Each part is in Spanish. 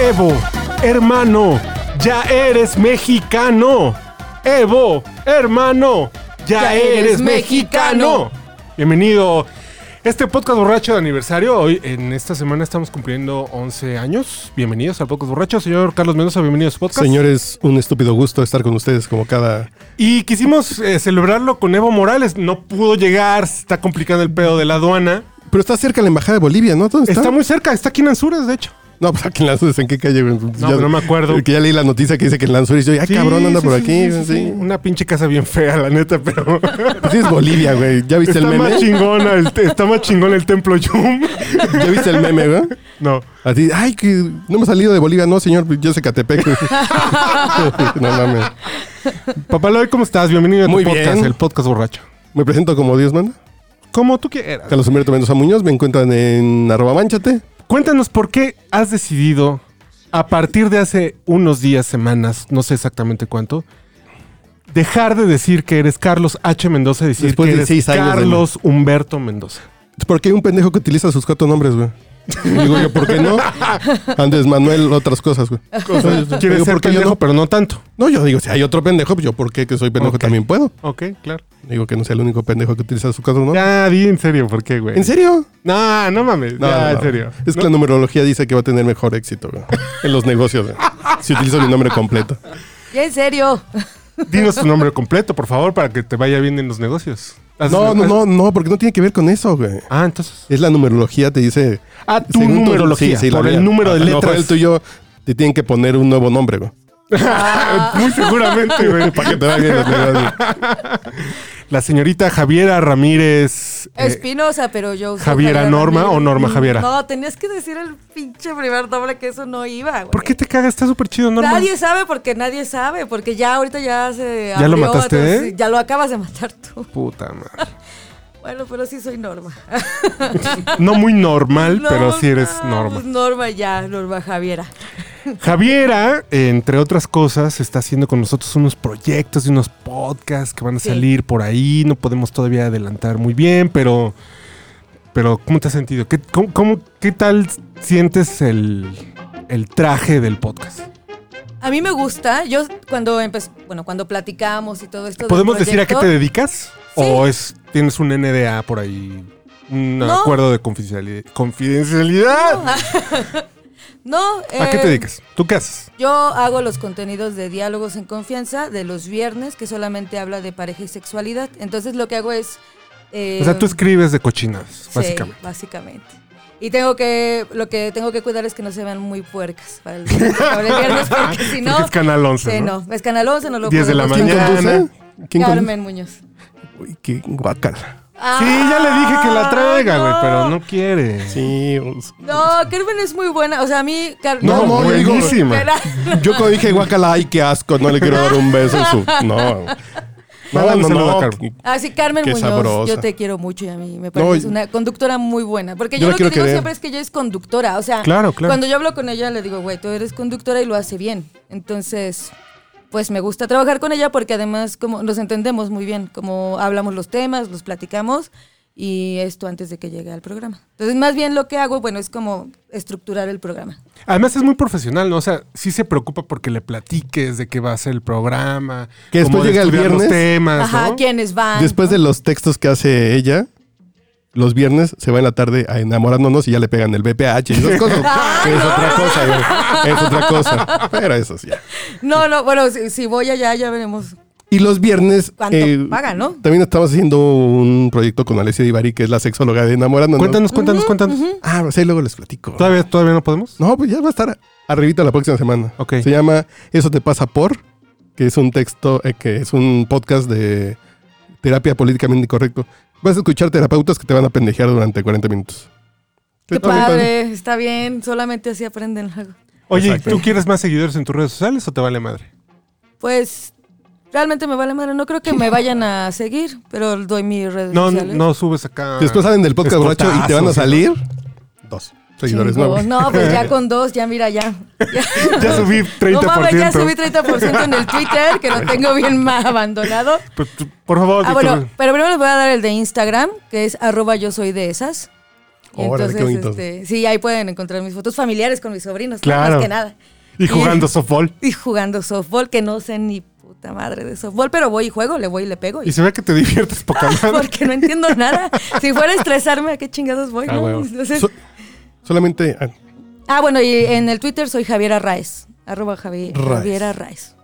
Evo, hermano, ya eres mexicano. Evo, hermano, ya, Ya eres, eres mexicano. Bienvenido. Este podcast borracho de aniversario, hoy en esta semana estamos cumpliendo 11 años. Bienvenidos al podcast borracho, señor Carlos Mendoza, bienvenido a su podcast. Señores, un estúpido gusto estar con ustedes como cada... Y quisimos eh, celebrarlo con Evo Morales, no pudo llegar, se está complicando el pedo de la aduana. Pero está cerca la Embajada de Bolivia, ¿no? ¿Dónde está? Está muy cerca, está aquí en Anzures, de hecho. No, pues aquí en Lanzures, ¿en qué calle? No, pero no me acuerdo. Que ya leí la noticia que dice que en Lanzures. Yo, ay, Sí, cabrón, anda sí, por sí, aquí. sí, Sí, sí, sí. Una pinche casa bien fea, la neta, pero... Pues sí es Bolivia, güey. ¿Ya viste Está el más meme? chingona, el, te- está más chingón el templo Yum. ¿Ya viste el meme, güey? No. Así, ay, que no hemos salido de Bolivia. No, señor, pues yo soy Catepec. no mames. Papá Loy, ¿cómo estás? Bienvenido a tu Muy podcast, bien. el podcast borracho. Me presento como Dios manda. Como tú quieras. Carlos Humberto Mendoza Muñoz. Me encuentran en arroba manchate. Cuéntanos por qué has decidido, a partir de hace unos días, semanas, no sé exactamente cuánto, dejar de decir que eres Carlos H. Mendoza y decir Después que de eres seis años de Carlos Humberto Mendoza. Porque hay un pendejo que utiliza sus cuatro nombres, güey. Y digo yo, ¿por qué no? Andrés Manuel, otras cosas, güey. Quieres Digo, ser ¿por qué yo pendejo, no? pero no tanto. No, yo digo, si hay otro pendejo, pues yo por qué que soy pendejo Ok. también puedo. Ok, claro. Digo que no sea el único pendejo que utiliza su cuadro, ¿no? Ya, di en serio, ¿por qué, güey? ¿En serio? No, no mames. No, ya, no, en no. serio. Es que la numerología dice que va a tener mejor éxito güey, en los negocios. güey, si utilizo mi nombre completo. Ya en serio. Dinos tu nombre completo, por favor, para que te vaya bien en los negocios. Haces- No, no, no, no, porque no tiene que ver con eso, güey. Ah, entonces. Es la numerología, te dice. Ah, tu según numerología, la por el mía. número de A lo mejor letras. el tuyo te tienen que poner un nuevo nombre, güey. Ah. Eh, Muy seguramente, güey. Para que te vaya bien los negocios. La señorita Javiera Ramírez. eh, Espinosa, pero yo. soy Javiera Norma o Norma Javiera. Mm, No, tenías que decir el pinche primer doble que eso no iba, güey. ¿Por qué te cagas? Está súper chido, Norma. Nadie sabe porque nadie sabe, porque ya ahorita ya se. ¿Ya lo mataste, entonces, eh? Ya lo acabas de matar tú. Puta madre. Bueno, pero sí soy Norma. No muy normal, pero No, sí eres no, Norma. pues Norma ya, Norma Javiera. Javiera, entre otras cosas, está haciendo con nosotros unos proyectos y unos podcasts que van a Sí. salir por ahí. No podemos todavía adelantar muy bien, pero. Pero, ¿cómo te has sentido? ¿Qué, cómo- cómo- qué tal sientes el, el traje del podcast? A mí me gusta. Yo cuando empecé, bueno, cuando platicamos y todo esto. del ¿Podemos decir a qué te proyecto, dedicas? ¿O es tienes un NDA por ahí? Un No. acuerdo de confidenciali- confidencialidad. No. ¿A qué te eh, dedicas? ¿Tú qué haces? Yo hago los contenidos de diálogos en confianza de los viernes, que solamente habla de pareja y sexualidad. Entonces lo que hago es... eh, O sea, tú escribes de cochinadas, sí, básicamente. básicamente. Y tengo que, lo que tengo que cuidar es que no se vean muy puercas para el, para el viernes, porque si no... Porque es Canal 11, Sí, ¿no? no. Es Canal 11, no lo 10 de la podemos ¿Quién mañana. contar. conduce? ¿Quién conduce? Carmen Muñoz. Uy, qué guacala. Sí, ya le dije que la traiga, Ay, güey, Ah, no. pero no quiere. Sí, pues. No, Carmen es muy buena. O sea, a mí... Car- No, no, yo digo- buenísima. Espera. Yo cuando dije guacala, ay, qué asco, no le quiero dar un beso en su. No. No, Mándale un no, saludo a no. Carmen. Ah, sí, Carmen Qué Muñoz, sabrosa. yo te quiero mucho y a mí me parece No, una conductora muy buena. Porque yo yo, la lo que quiero digo querer. siempre es que ella es conductora. O sea, Claro, claro. cuando yo hablo con ella le digo, güey, tú eres conductora y lo hace bien. Entonces, pues me gusta trabajar con ella porque además como nos entendemos muy bien, como hablamos los temas, los platicamos y esto antes de que llegue al programa. Entonces, más bien lo que hago, bueno, es como estructurar el programa. Además es muy profesional, ¿no? O sea, sí se preocupa porque le platiques de qué va a ser el programa. Que después cómo de llega el estudiar los viernes. temas, Ajá, ¿no? ¿quiénes van? Ah, Después de los textos que hace ella, los viernes se va en la tarde a enamorándonos y ya le pegan el BPH y esas cosas. Que es otra cosa, güey. Es otra cosa. Pero eso sí. No, no, bueno, si, si voy allá ya veremos. Y los viernes. eh, ¿Cuánto paga, no? También estamos haciendo un proyecto con Alessia Divari, que es la sexóloga de enamorándonos. Cuéntanos, cuéntanos, cuéntanos. Ah, pues ahí luego les platico. ¿Todavía, ¿Todavía no podemos? No, pues ya va a estar arribita la próxima semana. Ok. Se llama Eso te pasa por, que es un texto, eh, que es un podcast de terapia políticamente correcto. Vas a escuchar terapeutas que te van a pendejear durante 40 minutos. Qué Está bien padre. padre, está bien, solamente así aprenden algo. Oye, ¿y Exacto. ¿tú quieres más seguidores en tus redes sociales o te vale madre? Pues realmente me vale madre, no creo que me vayan a seguir, pero doy mis redes No, sociales. no subes acá. Después salen del podcast borracho y te van a Escotazos, salir dos seguidores Chingón. nuevos. No, pues ya con dos, ya mira, ya. Ya, Ya subí No mames, ya subí 30%. 30% en el Twitter, que lo tengo bien más abandonado. Por- Pues, Por favor, Ah, Víctor. bueno, pero primero les voy a dar el de Instagram, que es arroba yo soy de esas. Y Órale, qué bonito. este, sí, ahí pueden encontrar mis fotos familiares con mis sobrinos, Claro. más que nada. Y jugando softball. Y jugando softball, que no sé ni puta madre de softball, pero voy y juego, le voy y le pego. y- Y se ve que te diviertes poca madre. porque no entiendo nada. Si fuera a estresarme, ¿a qué chingados voy? Ah, no? huevo. Entonces- So- solamente ah, ah, bueno, y en el Twitter soy Javiera Raez. Arroba Javi- Raez. Javiera Raez.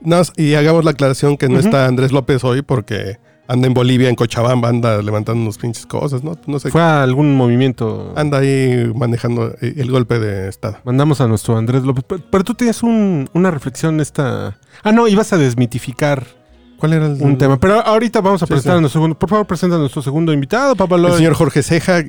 nada más, y hagamos la aclaración que no está Andrés López hoy porque anda en Bolivia, en Cochabamba, anda levantando unos pinches cosas, ¿no? No sé. Fue a algún movimiento. Anda ahí manejando eh, el golpe de estado. Mandamos a nuestro Andrés López. Pero, pero tú tenías un- una reflexión esta... Ah, no, ibas a desmitificar ¿Cuál era el un tema. Pero ahorita vamos a Sí, presentar sí. a nuestro segundo... Por favor, presenta a nuestro segundo invitado, Pablo. El López. señor Jorge Ceja,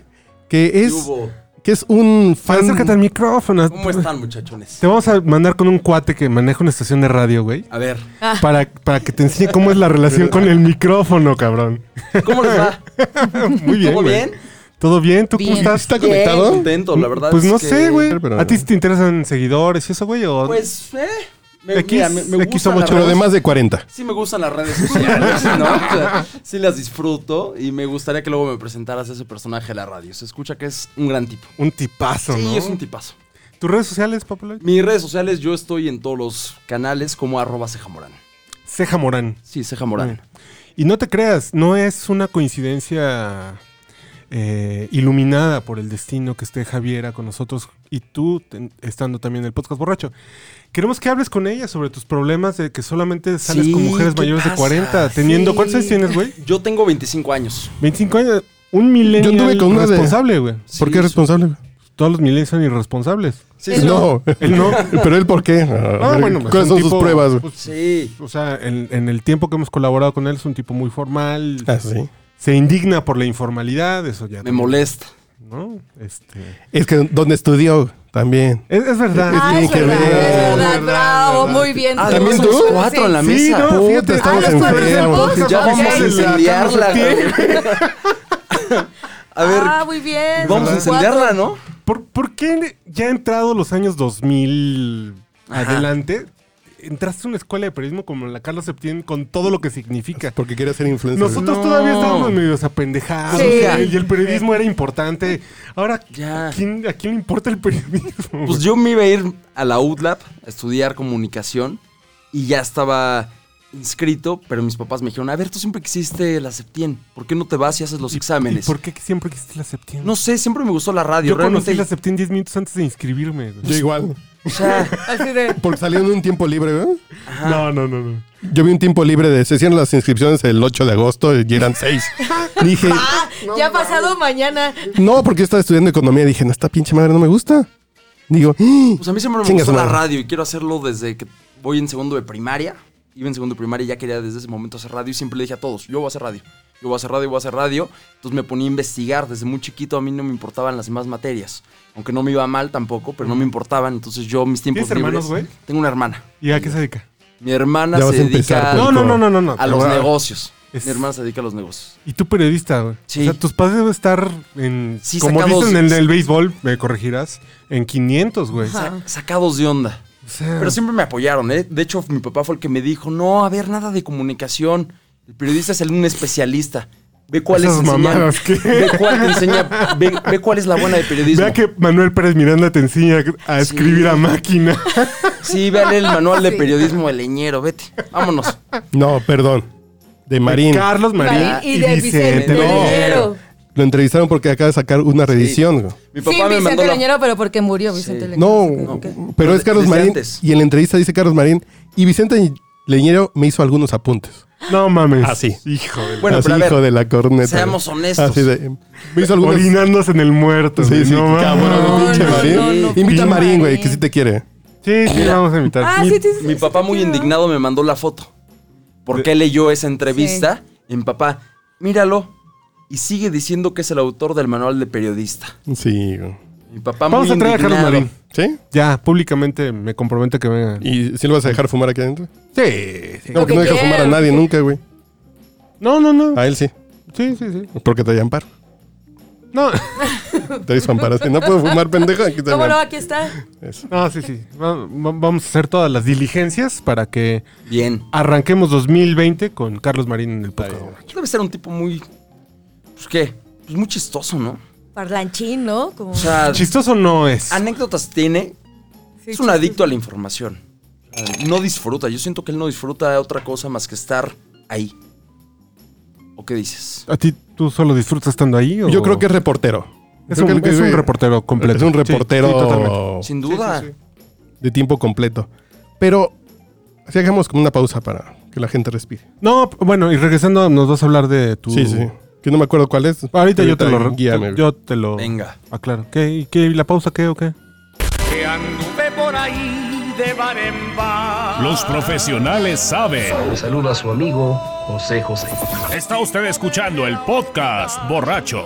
que es, hubo? que es un fan. Acércate al micrófono. ¿Cómo están, muchachones? Pues, Te vamos a mandar con un cuate que maneja una estación de radio, güey. A ver, Para, para que te enseñe cómo es la relación con el micrófono, cabrón. ¿cómo les va? Muy bien. ¿Todo güey. bien? ¿Todo bien? ¿Tú Bien. cómo estás? ¿Está conectado? contento, la verdad. Pues es no que, sé, güey. Pero- ¿A ti sí te interesan seguidores y eso, güey? O... Pues, eh. Me, Aquí- mira, me, me aquí gustan somos las Pero de redes- más de 40. Sí me gustan las redes sociales, ¿no? O sea, sí las disfruto y me gustaría que luego me presentaras a ese personaje de la radio. Se escucha que es un gran tipo. Un tipazo, Sí, ¿no? es un tipazo. ¿Tus redes sociales, Pablo? Mis redes sociales, yo estoy en todos los canales como arroba cejamorán. Ceja Morán. Sí, cejamorán. Y no te creas, no es una coincidencia eh, iluminada por el destino que esté Javiera con nosotros y tú ten- estando también en el podcast borracho. Queremos que hables con ella sobre tus problemas de que solamente sales Sí, con mujeres ¿qué mayores de pasa? 40, teniendo... Sí. ¿Cuántos años tienes, güey? Yo tengo 25 años. 25 años. Un milenio anduve con una de- irresponsable, güey. ¿Por Sí, qué es responsable? Todos los milenios son irresponsables. Sí, Él sí. No. Él no. Pero él, ¿por qué? Ah, bueno, pues, un ¿Cuáles son sus tipo, pruebas? pues, Sí. O sea, en, en el tiempo que hemos colaborado con él es un tipo muy formal. Ah, sí. Se indigna por la informalidad, eso ya. Me también, molesta. ¿no? Este, Es que donde estudió también. es, es verdad. Ah, es tiene que verdad, es ver. verdad, Verdad, bravo, verdad. muy bien. Ah, ¿también Sí, tú? sí, Cuatro en la sí. mesa. Sí, no, Puta, fíjate, estamos Ah, los cuatro enfermos. son Ya Ok. vamos a incendiarla. güey. A ver, Ah, muy bien. vamos a son cuatro. incendiarla, ¿no? ¿Por, por qué ya entrado los años 2000 Ajá. adelante, entraste a una escuela de periodismo como la Carlos Septién con todo lo que significa? Porque quería ser influencer. Nosotros No. todavía estábamos medios apendejados Sí. güey, y el periodismo era importante. Ahora, Ya. ¿a quién, a quién le importa el periodismo? Pues yo me iba a ir a la UTLAP a estudiar comunicación y ya estaba inscrito, pero mis papás me dijeron, a ver, tú siempre quisiste la Septien, ¿por qué no te vas y haces los ¿Y exámenes? por qué siempre quisiste la septiembre? No sé, siempre me gustó la radio. Yo conocí realmente- la Septién 10 minutos antes de inscribirme. güey. Yo igual. O sea, Así de, Porque salieron en un tiempo libre, ¿verdad? No, no, no, no. Yo vi un tiempo libre de. Se hicieron las inscripciones el 8 de agosto y eran 6. Dije, ah, ya ha pasado mañana. no, porque yo estaba estudiando economía. Dije, no, esta pinche madre no me gusta. Digo, ¡ah! pues a mí siempre me Chinga su gustó la madre. radio y quiero hacerlo desde que voy en segundo de primaria. Iba en segundo de primaria y ya quería desde ese momento hacer radio y siempre le dije a todos, yo voy a hacer radio, yo voy a hacer radio, voy a hacer radio. Entonces me ponía a investigar, desde muy chiquito a mí no me importaban las demás materias. Aunque no me iba mal tampoco, pero no me importaban. Entonces yo mis tiempos ¿Tienes hermanos, libres- güey? Tengo una hermana. ¿Y a qué se dedica? Mi hermana Ya vas se a empezar, dedica pues. No, no, no, no, no. no. a los Te voy negocios. Es- Mi hermana se dedica a los negocios. Y tú periodista, güey. Sí. O sea, tus padres deben estar en... Sí, como sacados- dicen en el, béisbol, me corregirás, en 500, güey. Ajá. Sa- sacados de onda. O sea, Pero siempre me apoyaron, ¿eh? De hecho, mi papá fue el que me dijo, no, a ver, nada de comunicación. El periodista es el, un especialista. Ve cuál Esas es enseñar- mamadas, ¿qué? Ve cuál te enseña, ve, ve cuál es la buena de periodismo. Vea que Manuel Pérez Miranda te enseña a Sí. escribir a máquina. Sí, véale el manual de Sí. periodismo de leñero, vete. Vámonos. no, perdón. De Marín. Carlos Marín Marín y de Vicente Leñero. Leñero. Lo entrevistaron porque acaba de sacar una reedición. Mi papá Sí, me mandó Vicente la- Leñero, pero porque murió Vicente Sí. Leñero. No, Ok. pero Pero es Carlos desde Marín. antes. Y en la entrevista dice Carlos Marín. Y Vicente Leñero me hizo algunos apuntes. No mames. Ah, sí. Hijo de... la- Bueno, Así, pero a ver, hijo de la corneta. seamos honestos. Así de, me hizo algunos. Orinándose en el muerto. Sí, güey, sí, no cabrón, mames. pinche no, Marín. no, no, Invita a pinche Marín, güey, Marín. que sí te quiere. Sí, sí, vamos a invitar. Ah, Mi- sí, sí, sí, Mi sí, papá sí, muy sí, indignado me mandó la foto. Porque él leyó esa entrevista. Y mi papá, míralo. y sigue diciendo que es el autor del manual de periodista. Sí, güey. Mi papá Vamos muy a traer a Carlos indignado. Marín. ¿Sí? Ya, públicamente me comprometo a que venga. ¿Y si lo vas a dejar fumar aquí adentro? Sí, sí. No, porque no que deja quiera. fumar a nadie nunca, güey. No, no, no. A él sí, Sí, sí, sí. porque traía amparo. No, Te hizo amparo así. No puedo fumar, pendejo. Aquí está ¿Cómo mi no? amparo. Aquí está. Eso. no sí, sí. Va- va- Vamos a hacer todas las diligencias para que Bien. arranquemos 2020 con Carlos Marín en el podcast. Debe ser un tipo muy. Pues qué. Pues muy chistoso, ¿no? Parlanchín, ¿no? Como... O sea, Chistoso no Ah, es. anécdotas tiene. Sí, Es un sí, adicto sí. a la información. O sea, No disfruta. Yo siento que él no disfruta de otra cosa más que estar ahí. ¿O qué dices? ¿A ti tú solo disfrutas estando ahí? o- Yo creo que es reportero. es Yo un, creo que es un reportero completo. Es un Sí, reportero sí, totalmente. Sin duda. Sí, sí, sí. de tiempo completo. Pero así hagamos como una pausa para que la gente respire. No, p- bueno, y regresando nos vas a hablar de tu... Sí, sí. Que no me acuerdo cuál es. Uh. Ahorita yo te lo... re- guíame, yo- güey. yo te lo... Venga. Aclaro. ¿Qué? ¿Y qué? ¿Y la pausa qué o qué? que anduve por ahí de bar en bar. Los profesionales saben. Le saluda a su amigo José José. Está usted escuchando el podcast borracho.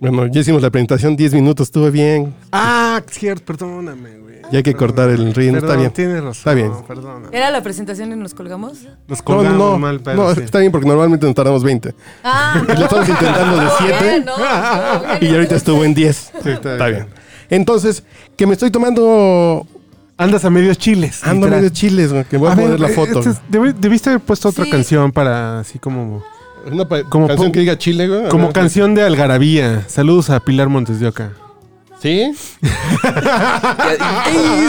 Bueno, ya hicimos la presentación, 10 minutos, estuvo bien. Ah, cierto, perdóname, güey. Ya hay que cortar el ritmo, está Perdón, bien. Tienes razón. Está bien. Perdóname. ¿Era la presentación y nos colgamos? Nos No, colgamos no, mal, no, pero no, sí. está bien porque normalmente nos tardamos 20. Ah, Y lo estamos intentando de Estuvo siete. bien, ¿no? Estuvo bien. Y ya ahorita estuvo en 10. está bien. Entonces, que me estoy tomando... Andas a medios chiles. Ando literal. medio Ah, chiles, güey, que voy a, A ver, poner la eh, foto. este es- debi- debiste haber puesto otra Sí. canción para así como... Una pa- como canción po- que diga chile, güey. Como Ajá. canción de algarabía. Saludos a Pilar Montes de Oca. ¿Sí? Ey,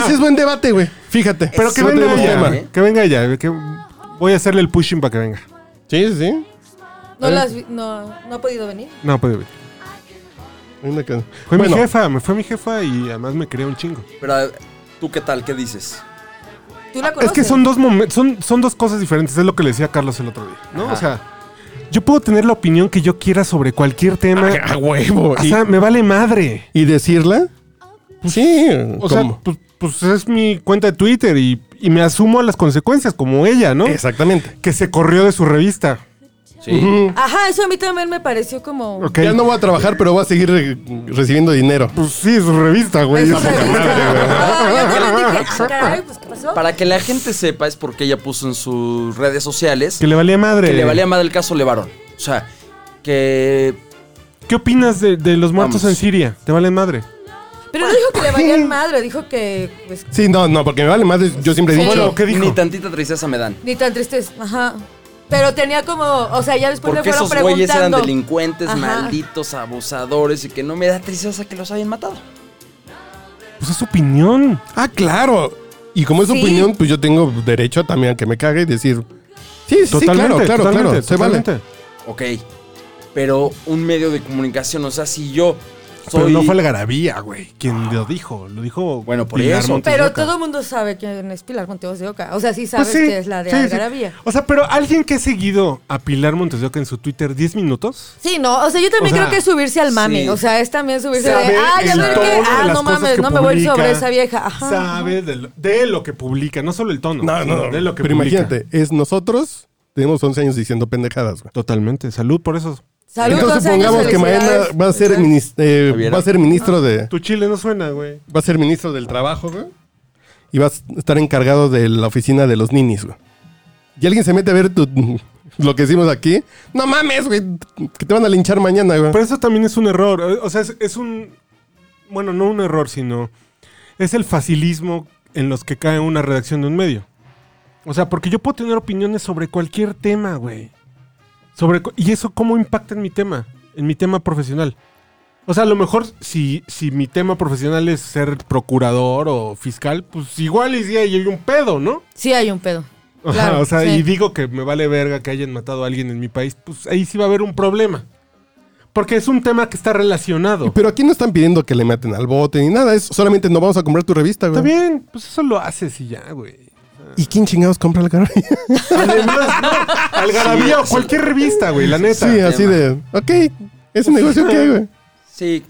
ese es buen debate, güey. Fíjate. Pero que No venga tenemos ella. tema. ¿eh? Que venga ella. Que voy a hacerle el pushing para que venga. Sí, sí, sí. No, las vi- no, no ha podido venir. No, puede venir. Hay una can- Fue Bueno, mi jefa, me fue mi jefa y además me quería un chingo. Pero, ¿tú qué tal? ¿Qué dices? ¿Tú Ah, la Es conoces? que son dos momen- son, son dos cosas diferentes, es lo que le decía a Carlos el otro día, ¿no? Ajá. O sea, yo puedo tener la opinión que yo quiera sobre cualquier tema. A, a huevo. O Y, sea, me vale madre. y decirla? Pues Sí. O sea, ¿cómo? pues, pues es mi cuenta de Twitter y, y me asumo a las consecuencias, como ella, ¿no? Exactamente. Que se corrió de su revista. Sí. Ajá, eso a mí también me pareció como... ¿ok? Ya no voy a trabajar, pero voy a seguir re- recibiendo dinero. Pues sí, su revista, güey. Eso O me sea, gusta. güey. pues, Ah, yo también dije, ah, caray, pues, ¿qué pasó? Para que la gente sepa, es porque ella puso en sus redes sociales Que le valía madre. que le valía más el caso Levarón. O sea, que ¿Qué opinas de, de los muertos Vamos. en Siria? ¿Te valen madre? Pero no dijo que le valían madre, dijo que pues, Sí, no, no, porque me vale más. Yo siempre he dicho. Bueno, ¿qué dijo? ni tantita tristeza me dan. ni tan tristes. Ajá. Pero tenía como, o sea, ya después le Porque Pues fueron esos güeyes eran preguntando. delincuentes, Ajá. malditos, abusadores y que no me da tristeza que los hayan matado. Pues es su opinión. Ah, claro. Y como es Sí. opinión, pues yo tengo derecho también a que me cague y decir. Sí, sí, Totalmente, claro, claro, totalmente, claro. Se totalmente. vale. Ok. Pero un medio de comunicación, o sea, si yo soy... Pero no fue Algarabía, güey. Quien lo dijo, lo dijo. Bueno, por eso. Montes de Pero Oca. todo el mundo sabe quién es Pilar Monteos de Oca. O sea, sí sabes Pues sí, que es la de sí, sí. Algarabía. O sea, pero alguien que ha seguido a Pilar Montes de Oca en su Twitter 10 minutos. Sí, no, o sea, yo también O sea, creo que es subirse al mame, sí. o sea, es también subirse sabe de, ah, ya el ver tono qué, de ah, las no cosas mames, que no me voy publica, sobre esa vieja, ajá. Sabe de lo, de lo que publica, no solo el tono. No, sino no, de lo que Pero publica. imagínate, es nosotros. Tenemos 11 años diciendo pendejadas, güey. Totalmente. Salud por eso. Saludos, Entonces supongamos que mañana va a ser, minis- eh, Javiera. va a ser Ah. ministro de. Tu chile no suena, güey. Va a ser ministro del trabajo, güey. Y vas a estar encargado de la oficina de los ninis, güey. Y alguien se mete a ver tu- lo que hicimos aquí. No mames, güey. Que te van a linchar mañana, güey. Pero eso también es un error. Eh, O sea, es, es un. Bueno, no un error, sino. Es el facilismo en los que cae una redacción de un medio. O sea, porque yo puedo tener opiniones sobre cualquier tema, güey. Sobre, cu- y eso, ¿cómo impacta en mi tema? En mi tema profesional. O sea, a lo mejor si, si mi tema profesional es ser procurador o fiscal, pues igual y si hay un pedo, ¿no? Sí hay un pedo. Claro, o sea, sí. y digo que me vale verga que hayan matado a alguien en mi país, pues ahí sí va a haber un problema. Porque es un tema que está relacionado. Pero aquí no están pidiendo que le maten al bote ni nada. Es solamente no vamos a comprar tu revista, güey. Está bien, pues eso lo haces y ya, güey. ¿Y quién chingados compra la carrera? Además, no, Algarabía o cualquier revista, güey, la neta. sí, así de. Ok, ese negocio qué, güey. Sí.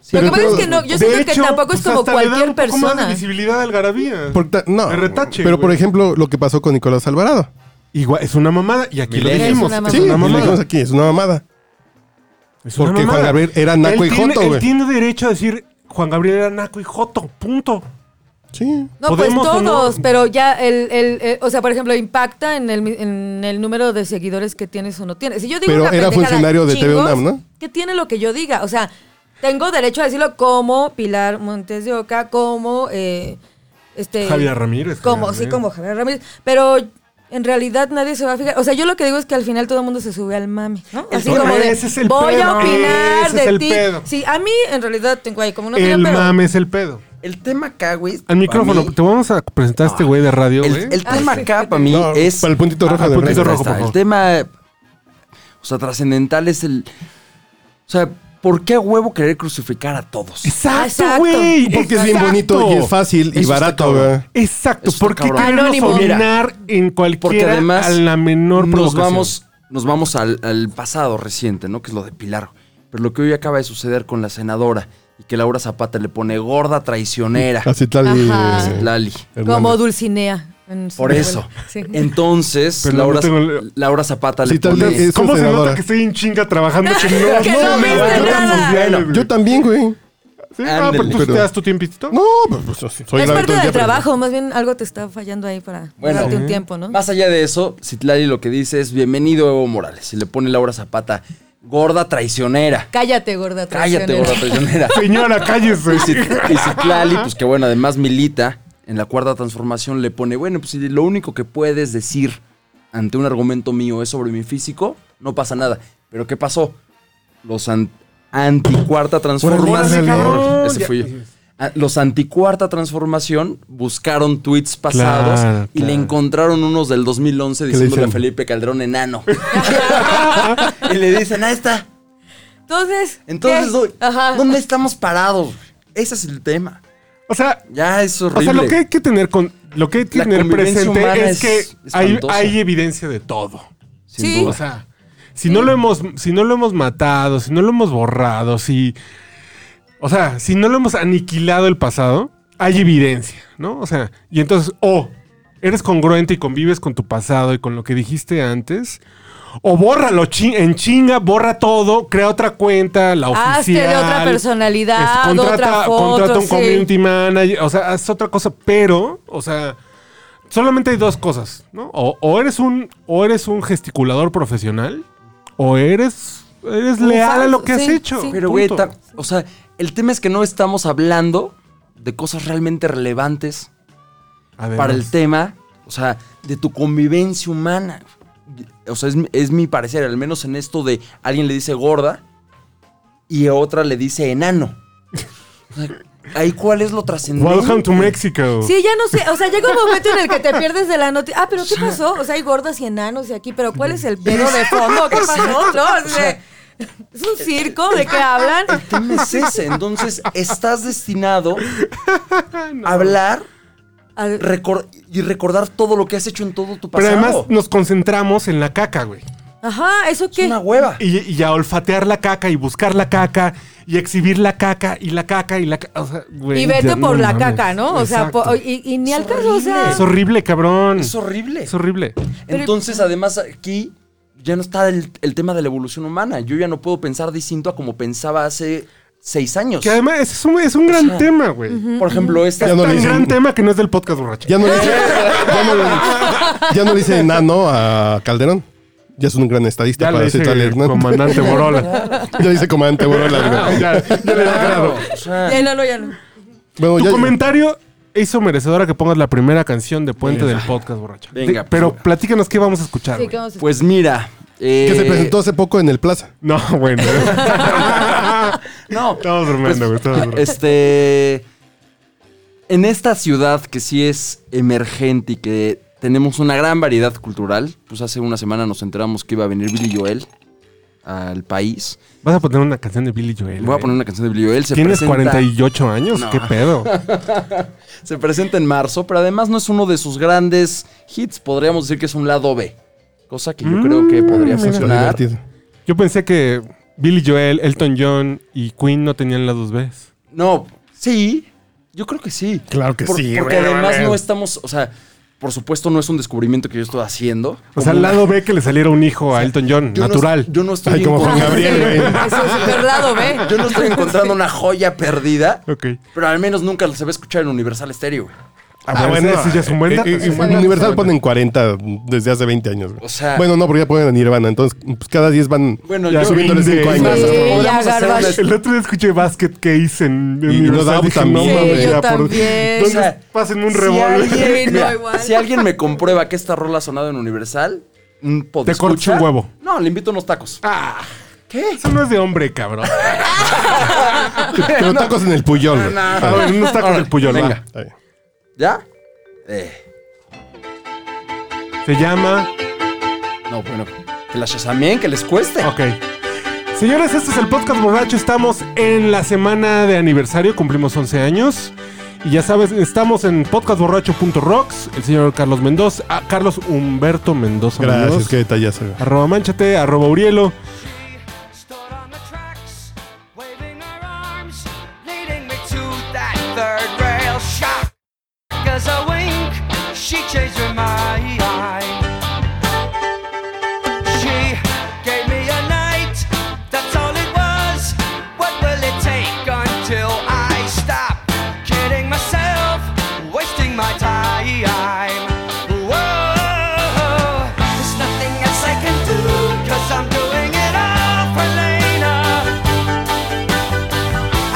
sí. Lo que pasa es entonces- que no, yo De siento que hecho, tampoco es pues, como hasta le da cualquier un poco más de persona. visibilidad a Algarabía. Porque ta- no. De retache, pero por güey. ejemplo, lo que pasó con Nicolás Alvarado. Igual, es una mamada. Y aquí lo Millennials. dijimos. Es una Es Sí, una y le dijimos mamada. aquí, es una mamada. Es una Porque Juan mamada. Gabriel era naco él y tiene, joto, él güey. tiene derecho a decir Juan Gabriel era naco y joto, punto. Sí. No, pues ¿Podemos o no? todos, pero ya el, el- el- o sea, por ejemplo, impacta en el, en el número de seguidores que tienes o no tienes. Si yo digo Pero una era pendejada, funcionario de TV UNAM, ¿no? ¿Qué tiene lo que yo diga? O sea, tengo derecho a decirlo como Pilar Montes de Oca, como eh, este Javier Ramírez. como Javier sí, Ramírez. como Javier Ramírez, pero en realidad nadie se va a fijar. O sea, yo lo que digo es que al final todo el mundo se sube al mame, ¿no? Así Ese como de es el voy pedo. a opinar Ese de es el ti. pedo. Sí, a mí en realidad tengo ahí como no el pero mame es el pedo. El tema acá, güey. Al micrófono, te vamos a presentar a este güey de radio, El, güey. el tema Ah, sí. acá para mí No, es. para el puntito rojo de ahí puntito está, rojo, está. por favor. El tema. O sea, trascendental es el. O sea, ¿por qué a huevo querer crucificar a todos? Exacto, Exacto. güey. Porque es bien exacto. bonito y es fácil y Eso está barato, cabrón. güey. Exacto, Eso está ¿por qué cabrón. queremos Anónimo. opinar en Porque cualquiera además a la menor nos provocación? vamos, nos vamos al, al pasado reciente, ¿no? Que es lo de Pilar. Pero lo que hoy acaba de suceder con la senadora y que Laura Zapata le pone gorda traicionera. Así tal y, Ajá. eh, Lali. Como Hernández. Dulcinea. en su Por novela. eso. Sí. Entonces, Pero no Laura, tengo- Laura Zapata Sí, le tal pone. vez es- ¿Cómo se senadora. nota que estoy en chinga trabajando? Que no, Que no me viste dan nada. las sociales, güey? Yo también, güey. Sí, ah, Ándale. pero tú Pero- te das tu tiempito. No, pues, pues, soy es parte la- todo del el día, pero- trabajo, más bien algo te está fallando ahí para Bueno. darte un Ujú. tiempo, ¿no? Más allá de eso, Citlali lo que dice es bienvenido Evo Morales. Y le pone Laura Zapata, gorda traicionera. Cállate, gorda Cállate, traicionera. gorda traicionera. Señora, cállese. Y Cit- y Citlali, pues que bueno, además milita en la cuarta transformación, le pone, bueno, pues si lo único que puedes decir ante un argumento mío es sobre mi físico, no pasa nada. Pero ¿qué pasó? Los an- anticuarta transformación. Órale, cabrón. Ese fui yo. Ah, Los anticuarta transformación buscaron tweets pasados Claro, y le claro. encontraron unos del 2011 diciéndole a dicen? Felipe Calderón enano. y le dicen, ahí está. Entonces. Entonces, ¿qué? do- Ajá. ¿dónde estamos parados? Ese es el tema. O sea, Ya es o horrible. sea, lo que hay que tener con lo que hay que La tener convivencia humana presente es que es hay, espantosa. hay evidencia de todo. Sin Sí. duda. O sea, si no lo hemos, si no lo hemos matado, si no lo hemos borrado, si. O sea, si no lo hemos aniquilado el pasado, hay evidencia, ¿no? O sea, y entonces, o eres congruente y convives con tu pasado y con lo que dijiste antes, o bórralo chi- en chinga, borra todo, crea otra cuenta, la oficial. Hazte de otra personalidad, otra foto, contrata un sí. community manager, o sea, haz otra cosa, pero, o sea, solamente hay dos cosas, ¿no? O, o eres un o eres un gesticulador profesional o eres eres Un leal a falso, lo que has sí, hecho. sí. Pero, güey, punto. ta- o sea, el tema es que no estamos hablando de cosas realmente relevantes Además, para el tema, o sea, de tu convivencia humana. O sea, es, mi- es mi parecer, al menos en esto de alguien le dice gorda y a otra le dice enano. O sea, Ahí cuál es lo trascendente. Welcome to Mexico. Sí, ya no sé. O sea, llega un momento en el que te pierdes de la noticia. Ah, pero ¿qué pasó? O sea, hay gordas y enanos y aquí, pero ¿cuál es el pedo de fondo? ¿Qué pasó? ¿No? O sea, ¿Es un circo? ¿De qué hablan? El tema es ese. Entonces, estás destinado a hablar A- recor- y recordar todo lo que has hecho en todo tu Pero pasado. además nos concentramos en la caca, güey. Ajá, ¿eso es qué? una hueva. Y, y a olfatear la caca y buscar la caca y exhibir la caca y la caca y la caca. O sea, güey, Y vete ya por no la mames. caca, ¿no? O sea, Exacto. po- y, y ni Es al caso, o sea. es horrible, cabrón. Es horrible. Es horrible. Entonces, además, aquí ya no está el, el tema de la evolución humana. Yo ya no puedo pensar distinto a como pensaba hace seis años. Que además es un, es un gran sea, tema, güey. Por Mm-hmm. ejemplo, esta. Ya no Es le un dicen- gran tema que no es del podcast borracho. Ya no le dice, ya no le- ya no le dice nano a Calderón. Ya es un gran Ya estadista para le decir dice tal Hernández. comandante Borola. Ya dice comandante Borola. güey. ya, ya le da grado. O sea, Ya no, no, ya no. Bueno, Tu ya, comentario hizo merecedora que pongas la primera canción de Puente del podcast borracho. Venga, De- pero pues, platícanos qué vamos a escuchar. Sí, güey. ¿qué vamos a hacer? pues mira. eh, que se presentó hace poco en el Ah, Plaza. No, bueno. No. Estamos bromeando, güey. estamos bromeando. Este. En esta ciudad que sí es emergente y que tenemos una gran variedad cultural, pues hace una semana nos enteramos que iba a venir Billy Joel al país. Vas a poner una canción de Billy Joel. Voy a güey. poner una canción de Billy Joel. Se ¿Tienes presenta- 48 años? ¿Qué pedo? Se presenta en marzo, pero además no es uno de sus grandes hits. Podríamos decir que es un lado B. Cosa que yo creo Mm, que podría Eso es lo funcionar. divertido. Yo pensé que Billy Joel, Elton John y Queen no tenían las dos Bs. No, sí. Yo creo que sí. Claro que sí, Porque güey, no además mames. no estamos. O sea, por supuesto, no es un descubrimiento que yo estoy haciendo. O sea, al lado B que le saliera un hijo a Elton John, Yo no- natural. yo no estoy Ay, como Juan encontrando- Gabriel, güey. Eso es súper lado, ¿ve? Yo no estoy encontrando una joya perdida, Ok. pero al menos nunca se va a escuchar en Universal Stereo. güey. Ah, bueno, ese ya es un buen dato. eh, eh, Es un buen Universal dato. ponen 40 desde hace 20 años. güey. O sea- bueno, no, porque ya ponen a Nirvana. Entonces, pues cada 10 van Bueno, ya yo- subiéndole 5 Sí, años. Además, hasta ya podríamos hacer garbage. una- El otro día escuché Basket Case en en Y no Universal. da, pues, dije, no también. mames, Sí, yo ya, por- también. Entonces, O sea, pasen un si revólver. alguien- Sí, no, igual. Si alguien me comprueba que esta rola ha sonado en Universal, un Te corcho podescucha- un huevo. Ah. No, le invito unos tacos. ¿Qué? Eso no es de hombre, cabrón. Pero tacos en el Puyol. güey. A ver, unos tacos del Puyol. venga. va. Está bien. ¿Ya? Eh, Se llama... no, bueno. Que la shazamen, que les cueste. Ok. Señores, este es el podcast borracho. Estamos en la semana de aniversario. Cumplimos 11 años. Y ya sabes, estamos en podcastborracho.rocks. El señor Carlos Mendoza. ah, Carlos Humberto Mendoza. Gracias, Muñoz. qué detallazo. güey. Arroba manchate, arroba Urielo. Stood on the tracks, waving her arms, leading me to that third rail shock. As a wink, she changed her mind. She gave me a night, that's all it was. What will it take until I stop kidding myself, wasting my time? Whoa, there's nothing else I can do, cause I'm doing it all for Lena.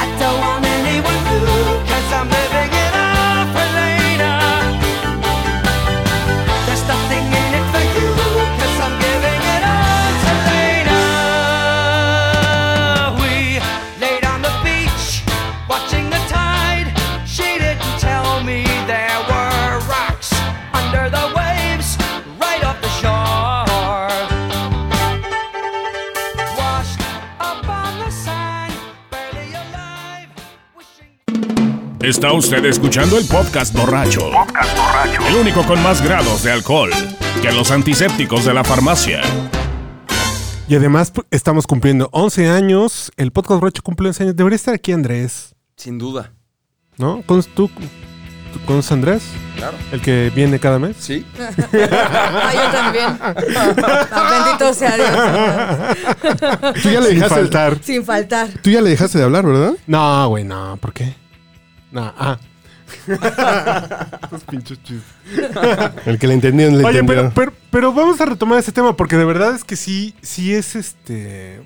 I don't want anyone new, cause I'm living it all for later. There's nothing in it for you, cause I'm giving it all to later. We laid on the beach, watching the tide. She didn't tell me there were rocks under the waves, right off the shore. Washed up on the sand, barely alive, wishing. Está usted escuchando el podcast borracho. El único con más grados de alcohol que los antisépticos de la farmacia. Y además pu- estamos cumpliendo 11 años. El podcast borracho cumple 11 años. Debería estar aquí Andrés, Sin duda. ¿no? ¿Con tú? tú- ¿Conoces a Andrés? Claro. El que viene cada mes. Sí. Ah, yo también. Ah, bendito sea Dios. Tú ya le Sin dejaste, faltar. Sin faltar. tú ya le dejaste de hablar, ¿verdad? No, güey, no, ¿por qué? No, ah. Esos pinches chistes. El que le entendió, le Oye, pero, entendió. pero, pero vamos a retomar ese tema porque de verdad es que sí, sí es este.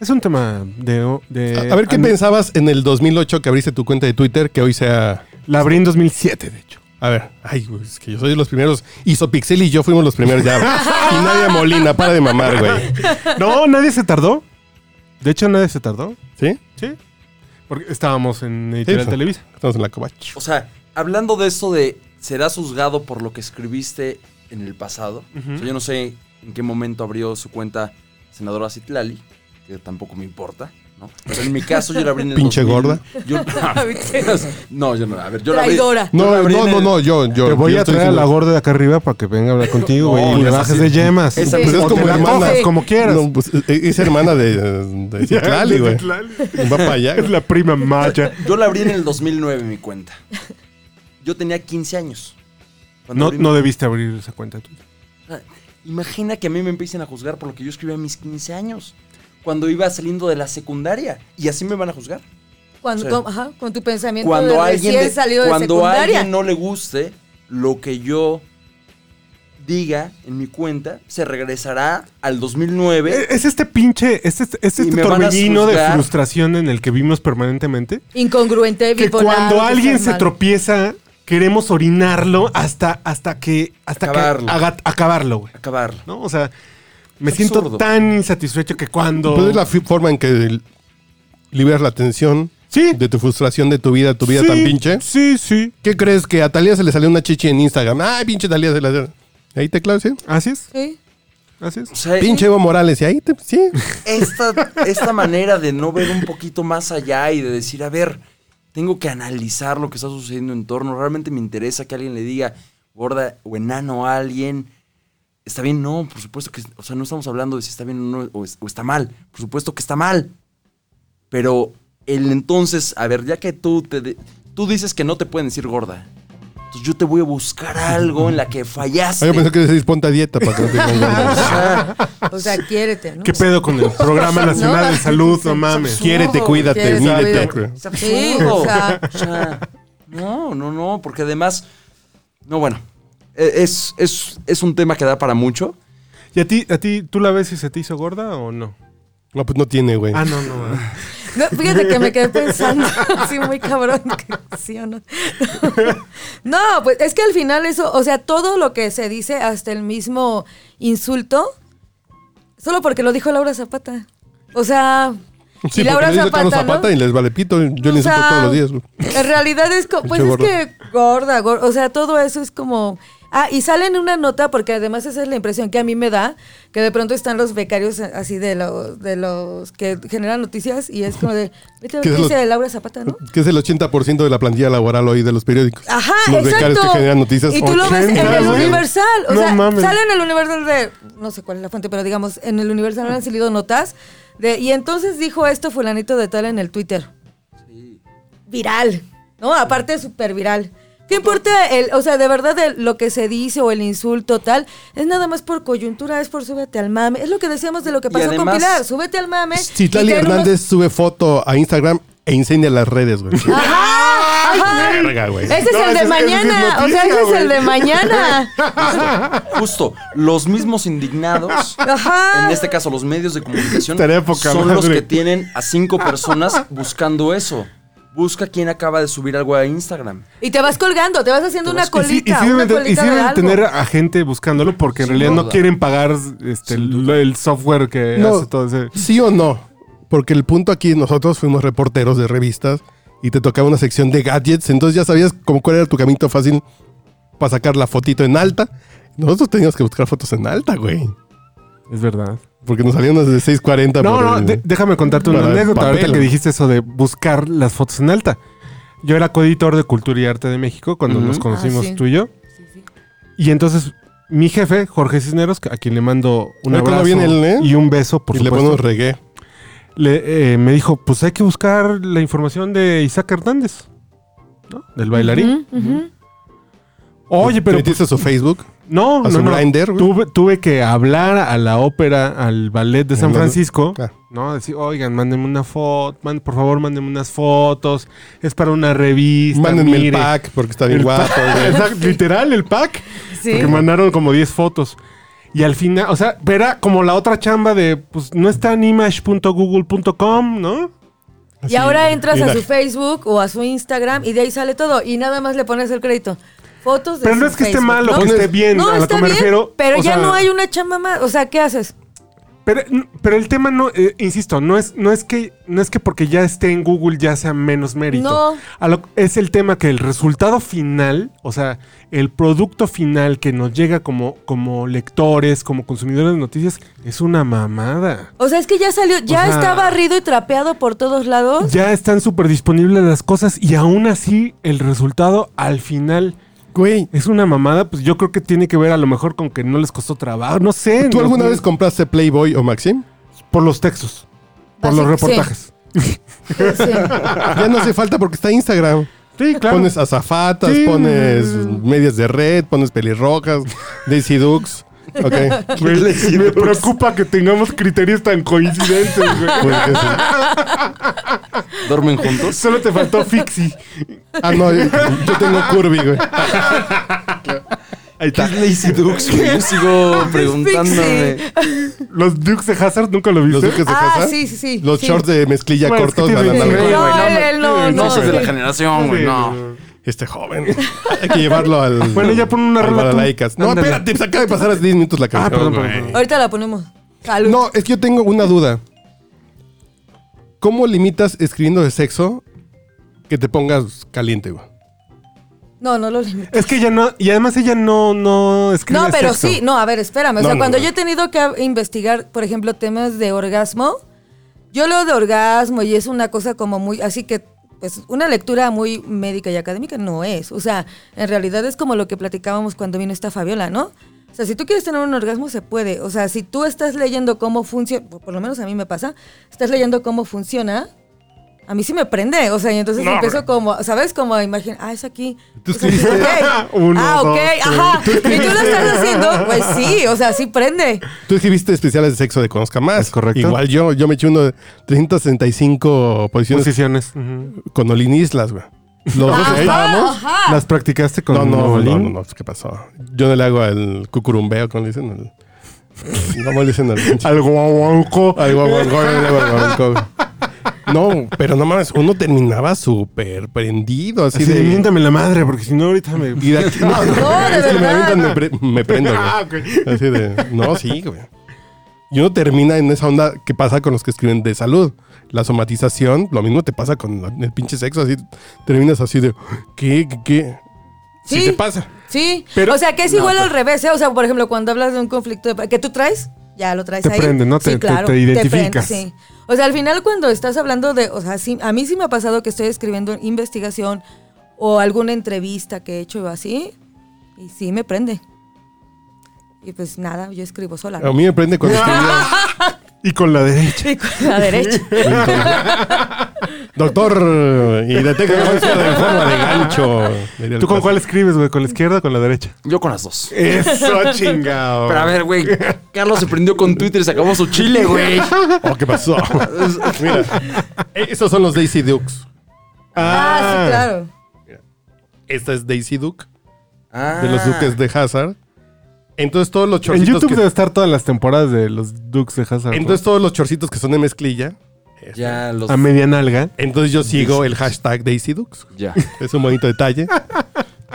Es un tema de. de Eh, a, a ver, ¿qué an- pensabas en el 2008 que abriste tu cuenta de Twitter que hoy sea... La abrí en 2007, de hecho. A ver, ay, güey, es que yo soy de los primeros. Isopixel y yo fuimos los primeros ya. güey. y Nadia Molina, para de mamar, güey. No, nadie se tardó. De hecho, nadie se tardó. ¿Sí? Sí. Porque estábamos en Editorial Sí, Televisa. Estamos en la covacha. O sea, hablando de eso de serás juzgado por lo que escribiste en el pasado. O sea, yo no sé en qué momento abrió su cuenta senadora Citlali, que tampoco me importa, ¿no? Pero en mi caso yo la abrí en el Pinche 2000. gorda. Yo, no, yo no, a ver, yo la abrí. Traidora. yo la No, abrí no, en no, el- no, yo, yo. Te voy yo a estoy traer a diciendo- la gorda de acá arriba para que venga a hablar contigo, güey. No, y no le es bajes así. de yemas. Esa Pues misma es como te la hermana. coges. Como quieras. No, pues, eh, es hermana de, de Citlali, güey. Va para allá. Es güey. la prima maya. Yo la abrí en el 2009 mi cuenta. Yo tenía 15 años. Cuando No, abrí mi- no debiste abrir esa cuenta tuya. Imagina que a mí me empiecen a juzgar por lo que yo escribí a mis 15 años, cuando iba saliendo de la secundaria. Y así me van a juzgar. Cuando, Sí. con, ajá, con tu pensamiento cuando de alguien, recién de- salido de cuando a secundaria. alguien no le guste lo que yo diga en mi cuenta, se regresará al 2009. Es este pinche, es este, es Y este me van a torbellino de juzgar. frustración en el que vivimos permanentemente. Incongruente, Que bipolar. cuando alguien estás se mal. tropieza, queremos orinarlo hasta, hasta que. Hasta Acabarlo. que haga- acabarlo, güey. Acabar. ¿No? O sea, me Es siento absurdo. tan insatisfecho que cuando. Pues es la fi- forma en que el- liberas la tensión Sí. de tu frustración de tu vida, tu vida Sí, tan pinche. Sí, sí. ¿Qué crees? Que a Talía se le salió una chichi en Instagram. Ay, pinche Talía se le salió. Y Ahí te claves, ¿sí? Así es, Sí. así es. O sea, Pinche Evo Morales. Y ahí te. Sí. esta, esta manera de no ver un poquito más allá y de decir, a ver, tengo que analizar lo que está sucediendo en torno. Realmente me interesa que alguien le diga gorda o enano a alguien. ¿Está bien? No, por supuesto que. O sea, no estamos hablando de si está bien o no, o, es- o está mal. Por supuesto que está mal. Pero el entonces, a ver, ya que tú te. de- tú dices que no te pueden decir gorda. Entonces yo te voy a buscar algo en la que Ah, fallaste. yo pensé que decís ponte a dieta para que no tengas ganas. O sea, quiérete, ¿no? ¿Qué pedo con el Programa Nacional No, de Salud? No es mames. Quiérete, cuídate, Quiérete, mídete. cuídate. Es absurdo. Sí, o sea, O sea, no, no, no, porque además, no, bueno, e- es, es, es un tema que da para mucho. ¿Y a ti, a ti, tú la ves si se te hizo gorda o no? No, pues no tiene, güey. Ah, no, no. ah. No, fíjate que me quedé pensando así muy cabrón, que sí o no. No, pues es que al final eso, o sea, todo lo que se dice, hasta el mismo insulto, solo porque lo dijo Laura Zapata. O sea, Sí, y porque Laura le dice Carlos Zapata, ¿no? Zapata y les vale pito. Yo O le insulto sea, todos los días. güey. En realidad es como, pues Pinche es que gorda, gorda, o sea, todo eso es como... Ah, y sale en una nota, porque además esa es la impresión que a mí me da, que de pronto están los becarios así de los, de los que generan noticias y es como de, vete a ¿Qué ver qué es lo- dice de Laura Zapata, ¿no? Que es el 80% de la plantilla laboral hoy de los periódicos. Ajá, Los exacto. becarios que generan noticias. Y tú lo ves en 80, el güey. Universal. O No sea, mames. sale en el Universal de. No sé cuál es la fuente, pero digamos, en el Universal han salido notas. De, y entonces dijo esto Fulanito de Tal en el Twitter. Viral. ¿No? Aparte, súper viral. ¿Qué importa? El, o sea, de verdad, el- lo que se dice o el insulto tal, es nada más por coyuntura, es por súbete al mame. Es lo que decíamos de lo que Y pasó con además- Pilar. Súbete al mame. Citlali y traen unos- Pues, Hernández sube foto a Instagram e incendia las redes, güey. Ajá, ajá. Verga, güey. Ese es No, ese el de es- ese es mañana. O sea, ese es noticia, el güey. de mañana. Justo, los mismos indignados, Ajá. en este caso los medios de comunicación, Estaría poca son los madre. que tienen a cinco personas buscando eso. Busca quién acaba de subir algo a Instagram. Y te vas colgando, te vas haciendo una Y sí, y colita. sí una deben, te- y colita sí de deben algo. tener a gente buscándolo porque en Sin realidad no duda. quieren pagar este, el, el software que No, hace todo ese. sí o no. Porque el punto aquí, nosotros fuimos reporteros de revistas y te tocaba una sección de gadgets, entonces ya sabías como cuál era tu camino fácil para sacar la fotito en alta. Nosotros teníamos que buscar fotos en alta, güey. Es verdad. Porque nos salían las de 6.40. No, por no, el- de- déjame contarte una Para el anécdota. Ahorita papel. que dijiste eso de buscar las fotos en alta. Yo era coeditor de Cultura y Arte de México cuando nos conocimos Ah, sí. tú y yo. Sí, sí. Y entonces mi jefe, Jorge Cisneros, a quien le mando un Ahorita no abrazo viene él, ¿eh? y un beso, por y le supuesto. ponemos reggae. le, eh, me dijo, pues hay que buscar la información de Isaac Hernández, ¿no? Del bailarín. Oye, ¿Te pero... pues metiste a su Facebook? no, a no, su no. Grindr, güey? tuve, tuve que hablar a la ópera, al ballet de San Hablando- Francisco, Ah. ¿no? Decir, oigan, mándenme una foto, man- por favor, mándenme unas fotos, es para una revista, Mándenme el mire". pack porque está bien El guapo. pack, güey. exacto, literal, el pack. Sí. Porque mandaron como 10 fotos. Y al final, o sea, era como la otra chamba de, pues, no está en image.google.com, ¿no? Y ahora entras a Mira. su Facebook o a su Instagram y de ahí sale todo. Y nada más le pones el crédito. Fotos de Pero su no es que esté Facebook, mal o ¿no? que esté bien, No, a lo está que me bien, refiero. Pero o ya sea, no hay una chamba más. O sea, ¿qué haces? Pero, pero el tema no, eh, insisto, no es, no es que no es que porque ya esté en Google ya sea menos mérito. No. A lo- es el tema que el resultado final, o sea, el producto final que nos llega como, como lectores, como consumidores de noticias, es una mamada. O sea, es que ya salió, ya sea- está barrido y trapeado por todos lados. Ya están súper disponibles las cosas y aún así el resultado al final Güey, es una mamada. Pues yo creo que tiene que ver a lo mejor con que no les costó trabajo. No sé. ¿tú no- alguna vez compraste Playboy o Maxim? Por los textos, por los Así- Ah, sí. reportajes. Sí. Ya no hace falta porque está Instagram. Sí, claro. Pones azafatas, Sí. pones medias de red, pones pelirrojas, Daisy Dukes. Ok. Güey, me preocupa que tengamos criterios tan coincidentes, güey. Pues, que sí. ¿Duermen juntos? Solo te faltó Fixie. Ah, no, yo, yo tengo Curvy, güey. Ahí ¿Qué está. es Lazy Dukes? güey? Yo sigo preguntándome. Los Dukes de Hazard, ¿nunca lo Los viste. duques de Ah, casa. sí, sí, sí. Los sí. shorts de mezclilla Bueno, es que cortos. tiene la- la- la- veinte güey, No, no, él- él Oh, no, No no. sos de la sí. generación, güey, no. Este joven. Hay que llevarlo al. Bueno, ya pon una al rola tú. Balalaicas. No, Ándale. espérate, pues acaba de pasar hace 10 minutos la Ah, canción. perdón, güey. perdón, perdón. Ahorita la ponemos. Salud. No, es que yo tengo una duda. ¿Cómo limitas escribiendo de sexo que te pongas caliente, güey? No, no lo limito. Es que ya no, y además ella no, no escribe. No, pero sexo. sí, no, a ver, espérame. O No, sea, no, cuando no. yo he tenido que investigar, por ejemplo, temas de orgasmo, yo leo de orgasmo y es una cosa como muy, así que, pues, una lectura muy médica y académica no es. O sea, en realidad es como lo que platicábamos cuando vino esta Fabiola, ¿no? O sea, si tú quieres tener un orgasmo, se puede. O sea, si tú estás leyendo cómo funciona, por lo menos a mí me pasa, estás leyendo cómo funciona, A mí sí me prende, o sea, y entonces No, empiezo pero- como, ¿sabes? Como a imaginar, ah, es aquí. Tú es aquí, escribiste- ok. Uno, ah, dos, ok, tres. ajá. Y tú lo estás haciendo, pues sí, o sea, sí prende. Pues Tú escribiste especiales de sexo de Conozca Más. Es correcto. Igual yo, yo me eché uno de 365 posiciones Posiciones. ujú. con Olin Islas, güey. Los dos Ajá, estábamos. ajá. ¿Las practicaste con No, no, no, Olin? no, no, ¿qué pasó? Yo no le hago al cucurumbeo, como le dicen al. ¿Cómo le dicen al pinche? Al guauauco. Al guaguancó, al guaguancó, güey. No, pero no mames, uno terminaba súper prendido, así, Así de, de. miéntame la madre, porque si no ahorita me... Y de aquí, no, de es que me verdad. Ah, avientan, me, pre- me prendo, güey. Así de, no, sí, güey. Y uno termina en esa onda que pasa con los que escriben de salud. La somatización, lo mismo te pasa con la- el pinche sexo, así terminas así de, ¿qué? ¿Qué? qué? Sí, Sí. te pasa. Sí, Pero- o sea, que es igual al revés, ¿eh? O sea, por ejemplo, cuando hablas de un conflicto de- que tú traes, ya lo traes Te ahí. prende, ¿no? Te- Sí, te- claro, te identificas. prende, sí. O sea, al final cuando estás hablando de, o sea, sí, a mí sí me ha pasado que estoy escribiendo investigación o alguna entrevista que he hecho o así, y sí me prende. Y pues nada, yo escribo sola. A ¿no? mí me prende cuando escribía, Y con la derecha. Y con la derecha. doctor, y detecta que voy fuera de forma de gancho. diría el ¿Tú con clásico. cuál escribes, güey? ¿Con la izquierda o con la derecha? Yo con las dos. Eso, chingado. Pero a ver, güey. Carlos se prendió con Twitter y se acabó su chile, güey. Oh, ¿qué pasó? Mira, eh, esos son los Daisy Dukes. Ah, sí, claro. Esta es Daisy Duke, Ah. de los Duques de Hazard. Entonces todos los En chorcitos YouTube que- debe estar todas las temporadas de los Dukes de Hazard. ¿no? Entonces todos los chorcitos que son de mezclilla. este, Ya los. a media nalga. Entonces yo sigo el hashtag Daisy Dukes. Ya. Es un bonito detalle.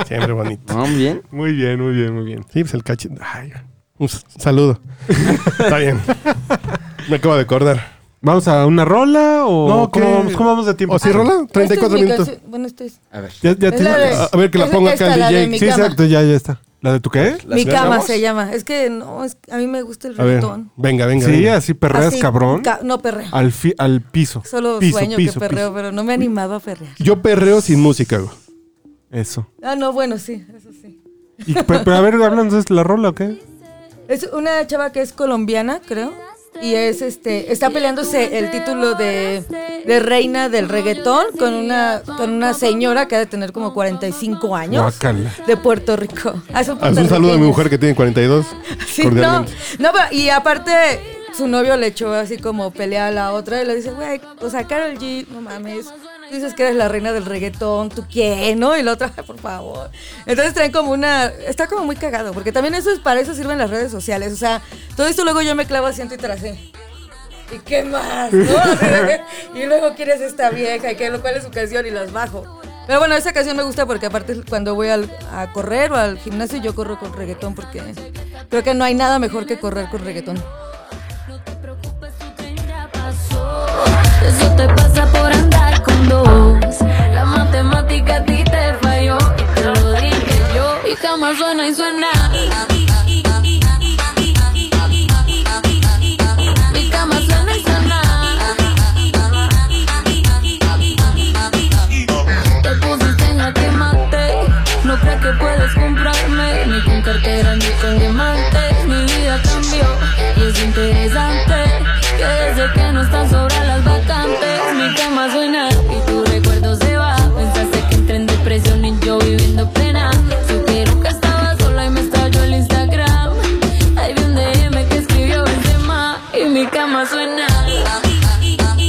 Siempre bonito. ¿No? Bien. Muy bien, muy bien, muy bien. Sí, pues el caché. Ay, un s- saludo. Está bien. Me acabo de acordar. ¿Vamos a una rola o ¿cómo, No, ¿qué? vamos, cómo vamos de tiempo? ¿O si rola? Esta es 34 mi minutos. canción- Bueno, esto es. A ver. Ya, ya es tiene- la de- a- a ver, que la es ponga acá el la de DJ. mi Sí, cama. exacto, ya, ya está. ¿La de tu qué? ¿Las Mi cama escuchamos? se llama. Es que no, es- a mí me gusta el A ver, reggaetón. venga, venga. Sí, venga. así perreas, Así, cabrón. ca- no perreo. al, fi- al piso. Solo Piso, sueño piso, que perreo, piso. pero no me animaba a perrear. Yo perreo sin música, güey. Eso. Ah, no, bueno, sí, eso sí. Y, pe- pero a ver, hablan entonces la rola o qué? Es una chava que es colombiana, creo. Y es este, está peleándose el título de, de reina del reggaetón con una, con una señora que ha de tener como 45 años. Guácala. De Puerto Rico. Ah, son Haz un saludo a mi puertorriqueños. mujer que tiene 42. Sí, no, cordialmente. no, pero- y aparte su novio le echó así como pelea a la otra y le dice, güey, o sea, Carol G, no mames, tú dices que eres la reina del reggaetón, ¿tú qué? ¿No? Y la otra, "Ay, por favor. Entonces traen como una, está como muy cagado, porque también eso es, para eso sirven las redes sociales, o sea, todo esto luego yo me clavo así en Twitter así. ¿Y qué más? ¿no? Así de que- y luego quieres esta vieja, y que lo cual es su canción y las bajo. Pero bueno, esa canción me gusta porque aparte cuando voy al- a correr o al gimnasio yo corro con reggaetón porque creo que no hay nada mejor que correr con reggaetón. Eso te pasa por andar con dos. La matemática a ti te falló y te lo dije yo. Y cama suena y suena. Mi cama suena y suena. Te pusiste en la que maté. No creas que puedes comprarme ni con cartera ni con diamantes. Mi vida cambió y es interesante que desde que no están sobre las vacantes mi cama suena y tu recuerdo se va. Pensaste que entré en depresión y yo viviendo plena. Supieron que estaba sola y me estalló el Instagram. Ahí vi un DM que escribió el tema y mi cama suena. Mi cama suena y suena.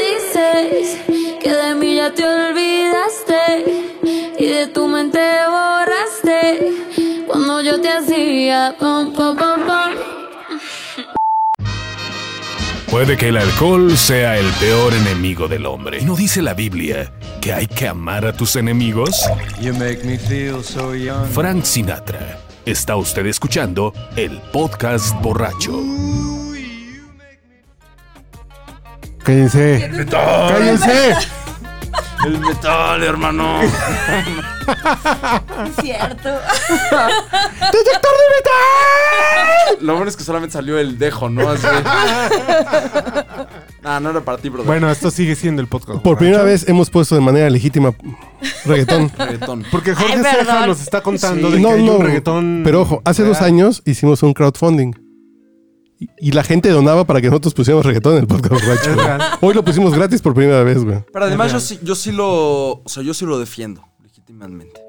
Dices que de mí ya te olvidaste y de tu mente borraste cuando yo te hacía pom pom pom pom. Puede que el alcohol sea el peor enemigo del hombre. ¿No dice la Biblia que hay que amar a tus enemigos? Frank Sinatra. Está usted escuchando el podcast borracho. Cállense. ¡Cállense! El metal, hermano. Es cierto. Lo bueno es que solamente salió el dejo, ¿no? Así. No, no era para ti, brother. Bueno, esto sigue siendo el podcast. Por borracho. primera vez hemos puesto de manera legítima reggaetón. Reggaetón. Porque Jorge Ay, perdón. Ceja nos está contando Sí. de que No, hay no, un reggaetón. Pero ojo, hace dos real. años hicimos un crowdfunding. Y, y la gente donaba para que nosotros pusiéramos reggaetón en el podcast borracho. güey. Hoy lo pusimos gratis por primera vez, güey. Pero además yo sí, yo sí lo. O sea, yo sí lo defiendo, legítimamente.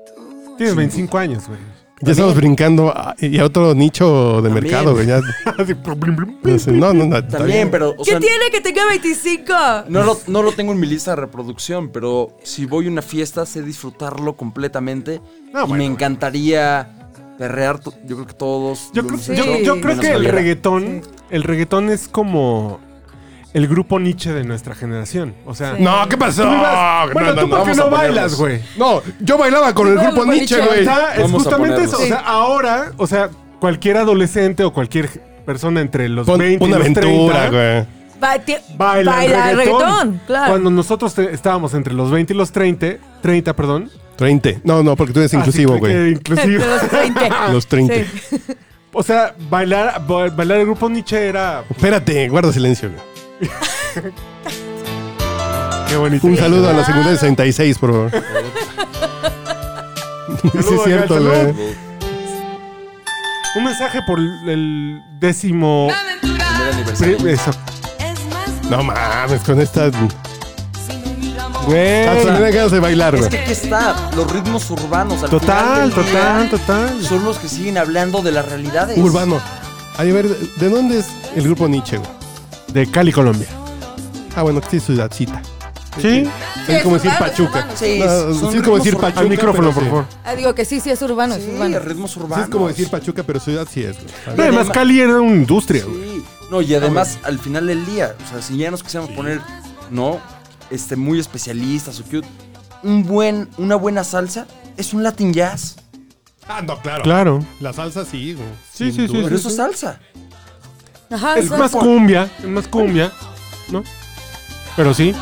Tienes 25 años, güey. Ya estamos brincando a, y a otro nicho de También. mercado, güey. ya- Así, plum, plum, plum. no, sé, no, no, no, está También, bien. pero. O ¿Qué sea, tiene que tenga 25? No lo, no lo tengo en mi lista de reproducción, pero si voy a una fiesta, sé disfrutarlo completamente. No, y bueno. me encantaría perrear, to- yo creo que todos. Yo los creo, Sí. yo, yo creo Menos que el Valera. reggaetón, el reggaetón es como el grupo Nietzsche de nuestra generación. O sea, Sí. No, Ah, ¿qué pasó? tú ibas- bueno, No, no, tú no, por qué vamos no a ponernos. bailas, güey. No, yo bailaba con el Yo grupo bailaba con Nietzsche, Nietzsche. güey. Está- es Vamos a justamente ponernos. eso. O Sí. sea, ahora, o sea, cualquier adolescente o cualquier persona entre los Pon- 20 y una los 30 aventura, güey. Ba- ti- baila, el reggaetón. claro. Cuando nosotros te- estábamos entre los 20 y los 30, 30, perdón. 30. No, no, porque tú eres Este, inclusivo, así que- güey. Ah, que Inclusivo. Los 30. Los 30. Sí. o sea, bailar, ba- bailar el grupo Nietzsche era Espérate, guarda silencio, güey. qué bonito. Un saludo a la secundaria 66, por favor. sí, es Saludo, cierto, Ángel, güey. saludo. Un mensaje por el décimo. Primer pri- aniversario. eso. No mames, con esta. Güey. Ah, también hay ganas de bailar, Es güey. que aquí está, los ritmos urbanos. Al Total, final del día, total, total. Son los que siguen hablando de las realidades. Urbano. Ay, A ver, ¿de dónde es el grupo Nietzsche, güey? De Cali, Colombia. Ah, bueno, que sí, ciudadcita. Sí. Sí, es como decir urbano, Pachuca. urbano. Sí, No, son sí, es como ritmos decir ur- Pachuca. Al micrófono, pero por sí. favor. Ah, digo que sí, sí, es urbano. es Sí, urbano. ritmos Sí, urbanos. es como decir Pachuca, pero ciudad sí es, güey. No, además, Cali era una industria, güey. Sí. No, y además, al final del día, o sea, si ya nos quisiéramos poner, ¿no? Este, muy especialistas o cute. Un buen, una buena salsa es un Latin jazz. Ah, no, claro. Claro. La salsa sí, güey. Sí, Sin sí, sí, duda. Pero eso es salsa. Ajá, Es son- más cumbia, es más cumbia, ¿no? Pero sí.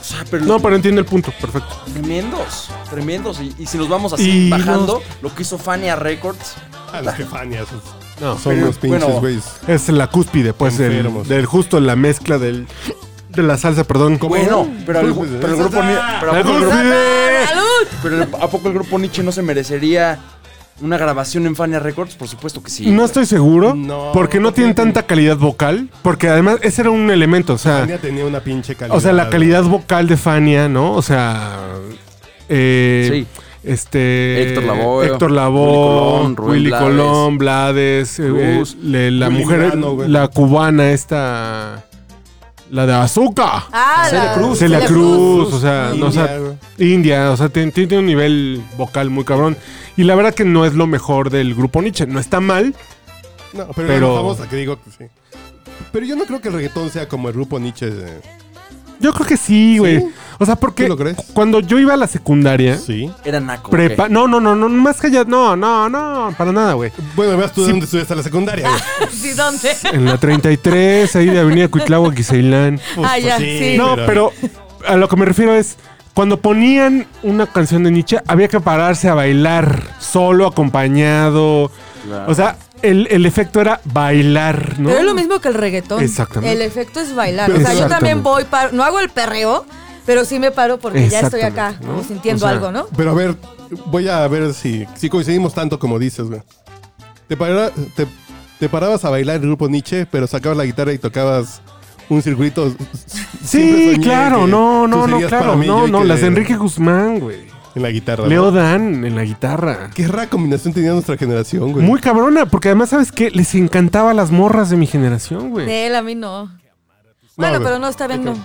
O sea, pero No, pero entiendo el punto, perfecto. tremendos, tremendos. Y, y si nos vamos Y así bajando, lo que hizo Fania Records, Ah, las jefanias. esos- No, Son Pero, los pinches, bueno, güeyes. es la cúspide, pues, del, Enfermos. del justo la mezcla del, de la salsa, perdón. Bueno, pero el, Pues, pero el esa grupo es Ni- la- pero a ¡La poco el grupo- cúspide! ¡Salud! pero el- ¿a poco el grupo Nietzsche no se merecería una grabación en Fania Records? Por supuesto que sí. No estoy seguro, No, porque no no tienen tienen. tanta calidad vocal, porque además ese era un elemento, o sea, Fania tenía una pinche calidad. o sea, la calidad vocal de Fania, ¿no? O sea, eh, este Héctor Lavoe, Héctor Lavoe, Willy Colón, Rubén Willy Blades, Colón, Blades, eh, Cruz, eh, le- la Willy mujer, Grano, güey. la cubana esta, la de Azúcar, Ah, la- Celia Celia Cruz, o sea, India, no, o sea, güey. India, o sea, tiene, tiene un nivel vocal muy cabrón. Y la verdad que no es lo mejor del grupo Nietzsche. No está mal. No, pero, Pero- vamos a que digo que sí. Pero yo no creo que el reggaetón sea como el grupo Nietzsche. de- Yo creo que sí, güey. O sea, porque ¿Tú lo crees? cuando yo iba a la secundaria, Sí. Era naco. prepa. ok. No, no, no, no, más que allá. No, no, no, para nada, güey. Bueno, veas tú dónde estudiaste la secundaria. güey. ¿Sí dónde? En la 33, ahí de Avenida Cuitláhuac y Ceilán. Pues, ah, pues ya, sí, sí. No, pero a lo que me refiero es. Cuando ponían una canción de Nietzsche, había que pararse a bailar, solo, acompañado. Claro. O sea, el, el efecto era bailar, ¿no? Pero es lo mismo que el reggaetón. Exactamente. El efecto es bailar. Pero o sea, yo exactamente. también voy, paro- no hago el perreo, pero sí me paro porque ya estoy Exactamente, acá, ¿no? como sintiendo O sea, algo, ¿no? Pero a ver, voy a ver si, si coincidimos tanto como dices, güey. Te, para- te, te parabas a bailar el grupo Nietzsche, pero sacabas la guitarra y tocabas un circuito. Siempre Sí, soñé claro, que no, no, tú no, serías para claro, mí, yo no, y no, que- las de Enrique Guzmán, güey. En la guitarra. Leo ¿no? Dan en la guitarra. Qué rara combinación tenía nuestra generación, güey. Muy cabrona, porque además, ¿sabes qué? Les encantaba a las morras de mi generación, güey. De él a mí no. Bueno, güey. pero no, está bien, no. No,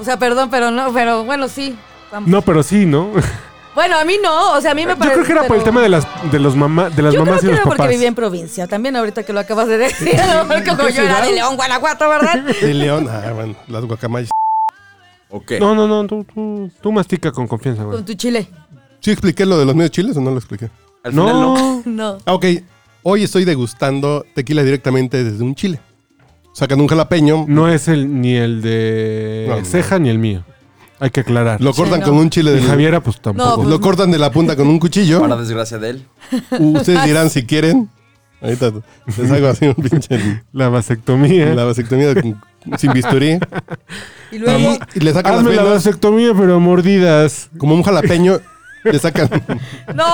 O sea, perdón, pero no, pero bueno, sí. Vamos. No, pero sí, ¿no? Bueno, a mí no, o sea, a mí me Yo parece. creo que era por el tema de las, de los mamá, de las Yo creo mamás que y los era porque papás. vivía en provincia, también ahorita que lo acabas de decir, a lo mejor como yo era de León, Guanajuato, ¿verdad? De León, ah, bueno, las guacamayas. Ok. No, no, no, tú, tú, tú mastica con confianza, güey. Con tu chile. ¿Sí expliqué lo de los medios chiles o no lo expliqué? Al final no. No, No. Ah, ok. Hoy estoy degustando tequila directamente desde un chile. Sacan un jalapeño, no es el ni el de No, no. Ceja ni el mío. Hay que aclarar. lo cortan no. con un chile de de Javiera, pues tampoco. pues Lo cortan de la punta con un cuchillo. Para desgracia de él. Ustedes dirán si quieren. Ahorita les hago así un pinche La vasectomía. la vasectomía con sin bisturí. Y luego, y le sacan las Hazme la venas vasectomía, pero a mordidas. como un jalapeño. Le sacan, ¡no!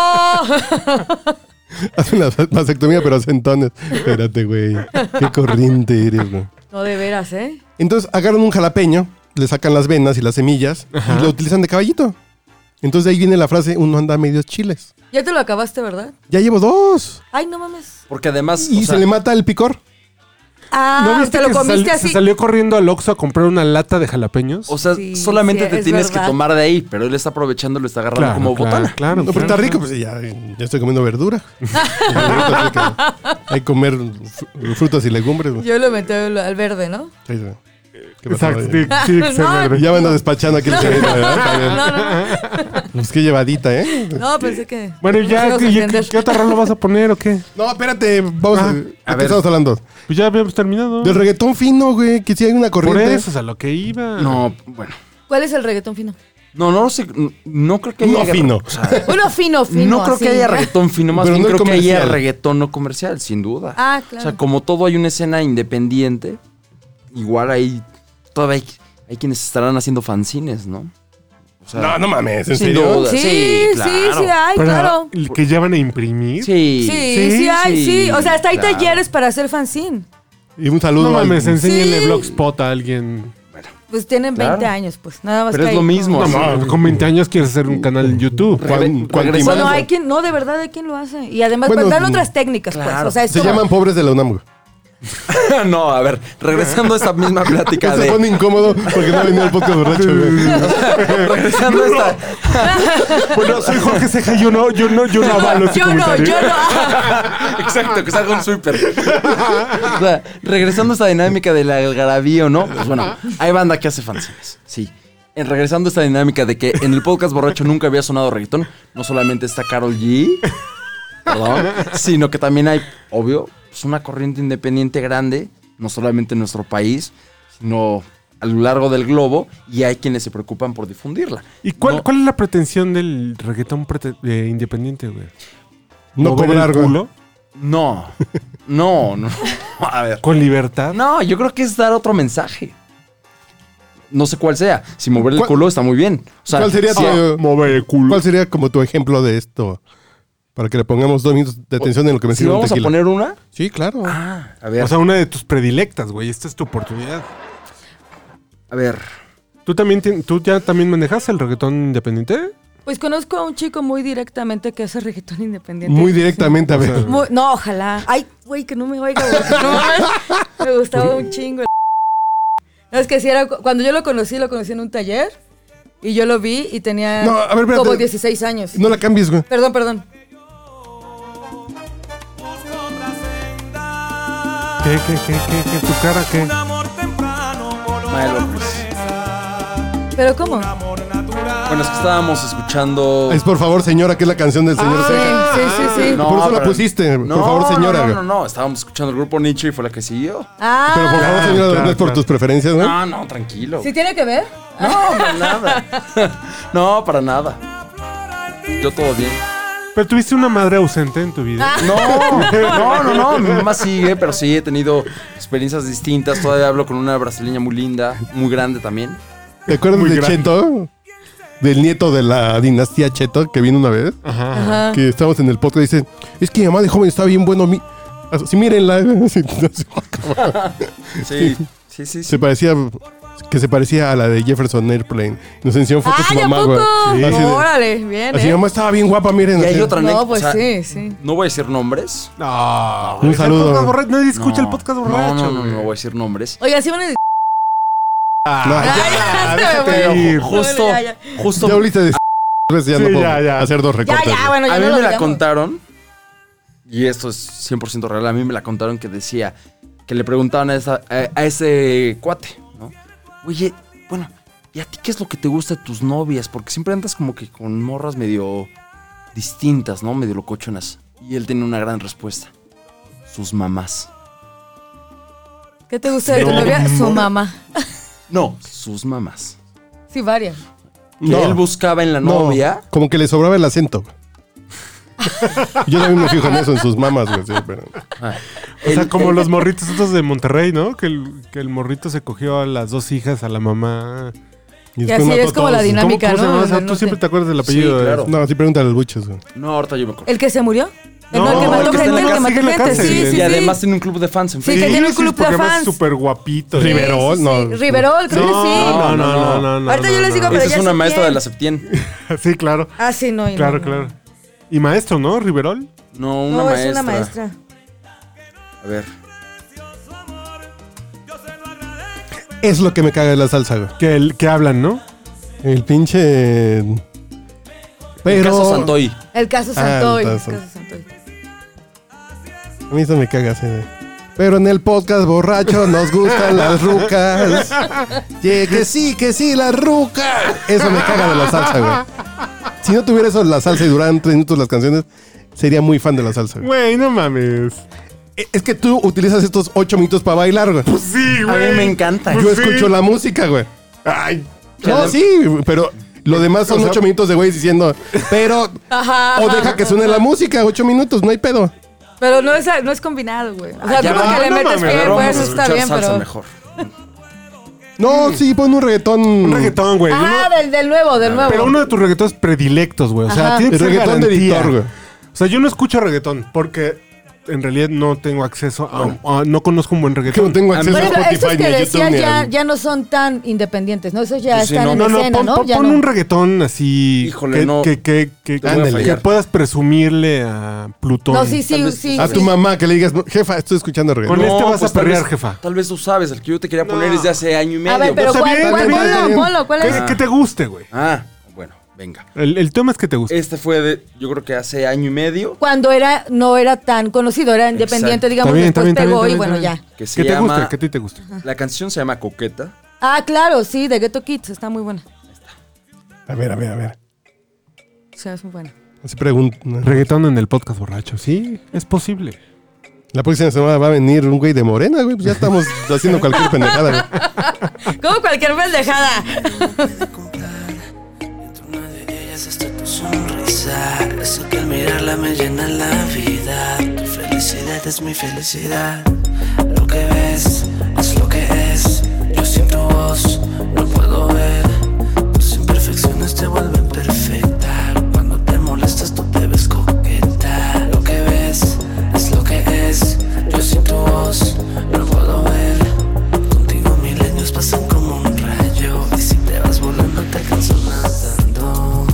hacen la vasectomía, pero a centones. Espérate, güey. Qué corriente eres, güey. no, de veras, ¿eh? Entonces agarran un jalapeño, le sacan las venas y las semillas y lo utilizan de caballito. Entonces de ahí viene la frase, uno anda a medios chiles. Ya te lo acabaste, ¿verdad? Ya llevo dos. Ay, no mames. Porque además. Y o se sea, le mata el picor. Ah, te lo que se comiste sal- así. se salió corriendo al Oxxo a comprar una lata de jalapeños? o sea, Sí, solamente sí, te es tienes que verdad. tomar de ahí, pero él está aprovechando, lo está agarrando claro, como claro, botana. Claro, No, pero claro, está rico, claro. pues ya, ya estoy comiendo verdura. Así que Hay que comer fr- frutas y legumbres. güey. Yo lo metí al al verde, ¿no? Sí, sí. ¿Qué pasó, Exacto, güey? sí, sí, que se No, verde. Ya me ando despachando aquí el cerebro, No, ¿verdad? no, no. Pues qué llevadita, ¿eh? No, pensé que. Bueno, no ya, nos ¿qué, íbamos a ya- entender. qué otra rola vas a poner o qué? No, espérate, vamos a, Ah, ¿de a qué ver. estamos hablando? Pues ya habíamos terminado. Del reggaetón fino, güey, que sí hay una Por corriente. eso, o sea, lo que iba. No, bueno. ¿Cuál es el reggaetón fino? No, no sé. No creo que haya. No regga- fino. o sea, Uno fino, fino. no creo que así. haya reggaetón fino, más Pero bien no el creo que haya comercial. reggaetón no comercial, sin duda. Ah, claro. O sea, como todo hay una escena independiente, igual hay. Todavía hay, hay quienes estarán haciendo fanzines, ¿no? O sea, No, no mames, en sin serio. duda. Sí, sí, claro. sí, hay, Pero, claro. ¿el ¿Que ya van a imprimir? Sí. Sí, sí, sí, hay, sí. sí, O sea, hasta hay claro. talleres para hacer fanzine. Y un saludo No al- mames, enséñenle Sí. Blogspot a alguien. Pues tienen Claro. 20 años, pues. Nada más Pero que es hay- lo mismo. No, así. mames, con 20 años quieres hacer un canal en YouTube. Juan- Juan Regresa- Timán. Bueno, hay quien, no, de verdad hay quien lo hace. Y además Bueno, dan mm, otras técnicas, pues. claro. O sea, es Se como- llaman pobres de la UNAM. güey. no, a ver, regresando a esta misma plática Se de. pone incómodo porque no ha venido el podcast borracho, güey. regresando a esta. Bueno, soy Jorge Ceja, yo no, yo no, yo no avalo ese Yo no, comentario. yo no. Exacto, que salga un sweeper. o sea, regresando a esta dinámica del algarabío, ¿no? Pues bueno, hay banda que hace fanzines, sí. En regresando a esta dinámica de que en el podcast borracho nunca había sonado reggaetón, no solamente está Carol G, perdón, sino que también hay, obvio, pues una corriente independiente grande, no solamente en nuestro país, sino a lo largo del globo, y hay quienes se preocupan por difundirla. ¿Y cuál, No. cuál es la pretensión del reggaetón prete- de independiente, güey? No ¿Mover cobrar, el güey. culo? No, no, no. A ver. ¿Con libertad? No, yo creo que es dar otro mensaje. No sé cuál sea. Si mover el ¿Cuál- culo está muy bien. O sea, ¿Cuál sería sí, tu, Mover el culo. ¿Cuál sería como tu ejemplo de esto? Para que le pongamos dos minutos de atención en lo que me si vamos a poner una. Sí, claro. Ah, a ver. O sea, una de tus predilectas, güey. Esta es tu oportunidad. a ver. ¿Tú también tien- tú ya también manejas el reggaetón independiente? Pues conozco a un chico muy directamente que hace reggaetón independiente. Muy directamente, a ver. Muy- no, ojalá. Ay, güey, que no me oiga. güey, que no mames. me gustaba un chingo. el No, es que si era. cu- Cuando yo lo conocí, lo conocí en un taller. Y yo lo vi y tenía No, a ver, espérate. como 16 años. No la cambies, güey. Perdón, perdón. ¿Qué, qué, qué, qué, qué? ¿Tu cara qué? Maelo, pues. ¿Pero cómo? Bueno, es que estábamos escuchando. Es por favor, señora, que es la canción del Ah. señor Sí, Ceja. sí, sí, sí. por eso la pero- pusiste, por No, favor, señora. No, no, no, no, Estábamos escuchando el grupo Nietzsche y fue la que siguió. Pero por Ah, favor, señora, claro, no es por claro. tus preferencias, ¿no? No, no, tranquilo. ¿sí tiene que ver? No, para nada. no, para nada. Yo todo bien. ¿Pero tuviste una madre ausente en tu Ah. vida? No, no, no, no. Mi mamá sigue, pero sí he tenido experiencias distintas. Todavía hablo con una brasileña muy linda, muy grande también. ¿Te acuerdas de Cheto? Del nieto de la dinastía Cheto que vino una vez. Ajá. Que estábamos en el podcast y dice: Es que mi mamá de joven está bien bueno. Mi... Sí, mírenla. Así, no sé. Sí, sí, sí. se parecía que se parecía a la de Jefferson Airplane. Nos enseñó fotos ¡Ay, su Ah, a mamá, poco! güey. Así de- Órale, bien, así, ¿eh? mi mamá estaba bien guapa, miren. Y hay así. otra anécdota. No, pues o sea, sí, sí. No voy a decir nombres. No. Un güey, saludo. el podcast borracho- Nadie escucha No, el podcast borracho. No, no, no, güey. no voy a decir nombres. Oiga, sí van a... No, ya, este déjate bueno. ir. Justo, Ya, ya. justo. ya ahorita de veces ya Sí, no puedo ya, ya. hacer dos recortes. Ya, ya, güey. bueno, ya A mí no lo me la digamos. contaron, y esto es 100% real, a mí me la contaron que decía, que le preguntaban a, esa- a- a ese cuate, ¿no? Oye, bueno, ¿y a ti qué es lo que te gusta de tus novias? Porque siempre andas como que con morras medio distintas, ¿no? Medio locochonas. Y él tiene una gran respuesta. Sus mamás. ¿Qué te gusta de tu No, novia? Su mamá. No, sus mamás. Sí, varias. Que No. él buscaba en la No, novia. como que le sobraba el acento. güey. Yo también me fijo en eso, en sus mamas, güey. sí, pero- O sea, El- como el- los morritos estos de Monterrey, ¿no? Que el, que el morrito se cogió a las dos hijas, a la mamá. Y Y después así mató es a como la todos. dinámica. ¿Cómo- cómo se ¿no? llamaba? O sea, No tú sé. siempre te acuerdas del apellido. Sí, de- claro. No, sí, pregúntale al buches, güey. No, ahorita yo me acuerdo. ¿El que se murió? El no, No, el que mató el que está gente, en el la que mató cárcel, en la gente. cárcel. Sí, sí, y sí. además tiene un club de fans en Sí, que Facebook. tiene un sí, club de porque además fans. es súper guapito. Sí, Rivero. Riverol, sí, no. sí. Riverol, creo que sí. No, no, no, no, no. Ahorita yo no, les digo, no. pero Esa ya es una sé maestra quién. de la Septien. Sí, claro. Ah, sí, no. y no, Claro, no. claro. Y maestro, ¿no? Riverol. No, una No, maestra. es una maestra. A ver. Es lo que me caga de la salsa, güey. Que, el, que hablan, ¿no? El pinche. El Pero. caso Santoy. El caso Ah, el Santoy. caso. el caso Santoy. A mí eso me caga, sí, güey. Pero en el podcast borracho nos gustan las rucas. Ye- que sí, que sí, las rucas. Eso me caga de la salsa, güey. Si no tuviera eso de la salsa y duraran tres minutos las canciones, sería muy fan de la salsa, güey. Güey, no mames. Eh, Es que tú utilizas estos ocho minutos para bailar, güey. Sí, A güey. mí me encanta. Pues Yo sí. escucho la música, güey. Ay. No, Cada- sí, pero lo demás son O sea- ocho minutos de güeyes diciendo, pero. Ajá, O ajá. deja que suene la música, ocho minutos, no hay pedo. Pero no es, no es combinado, güey. O sea, ya tú Ah, va. porque le No metes mames, pie, pero pues vamos a está bien, salsa pero. mejor. No, sí, pon un reggaetón. Mm. Un reggaetón, güey. Ah, Uno- del, del nuevo, del nuevo. Pero uno de tus reggaetones predilectos, güey. O sea, Ajá. tiene que El ser reggaetón de garantía. editor, güey. O sea, yo no escucho reggaetón porque en realidad no tengo acceso a, a- no conozco un buen Que reggaetón. no tengo acceso Por a ejemplo, Spotify estos ni que a decía YouTube. ni ya, a- ya no son tan independientes, ¿no? Esos ya Pues sí, están no. en No, no, escena, pon, ¿no? pon- Ya pon no. un reggaetón así Híjole, que, no. que, que, que- Te voy a que fallar. puedas presumirle a Plutón. No, sí, sí, Tal vez- sí. A tu sí. mamá que le digas, jefa, estoy escuchando reggaetón. Con este vas a pues, tal perrear, vez- jefa. Tal vez tú sabes, el que yo te quería poner No. es de hace año y medio. A ver, pero Está ¿cuál, bien, cuál, está bien, ponlo, está bien. ponlo, ¿cuál Que, es? que te guste, güey. Ah, bueno, venga. El, el tema es que te guste. Este fue de, yo creo que hace año y medio. Cuando era, no era tan conocido, era independiente, Exacto. digamos, Está bien, está después bien, está pegó bien, y está bueno, bien, está ya. bien. Que se Que te llama. guste, que a ti te guste. La canción se llama Coqueta. Ah, claro, sí, de Ghetto Kids, está muy buena. A ver, a ver, a ver. O sea, es muy buena. Así pregunto. Reggaetón en el podcast borracho, sí, es posible. La próxima semana va a venir un güey de morena, güey. Pues ya estamos haciendo cualquier pendejada, güey. Como cualquier pendejada. Una de ellas está tu sonrisa. Eso que al mirarla me llena la vida. Tu felicidad es mi felicidad. Lo que ves es lo que es. Yo sin tu voz no puedo ver. Tus imperfecciones te vuelven perfecta. Cuando te molestas tú te ves coqueta. Lo que ves es lo que es. Yo sin tu voz no puedo ver. Contigo milenios pasan como un rayo. Y si te vas volando te alcanzo nadando.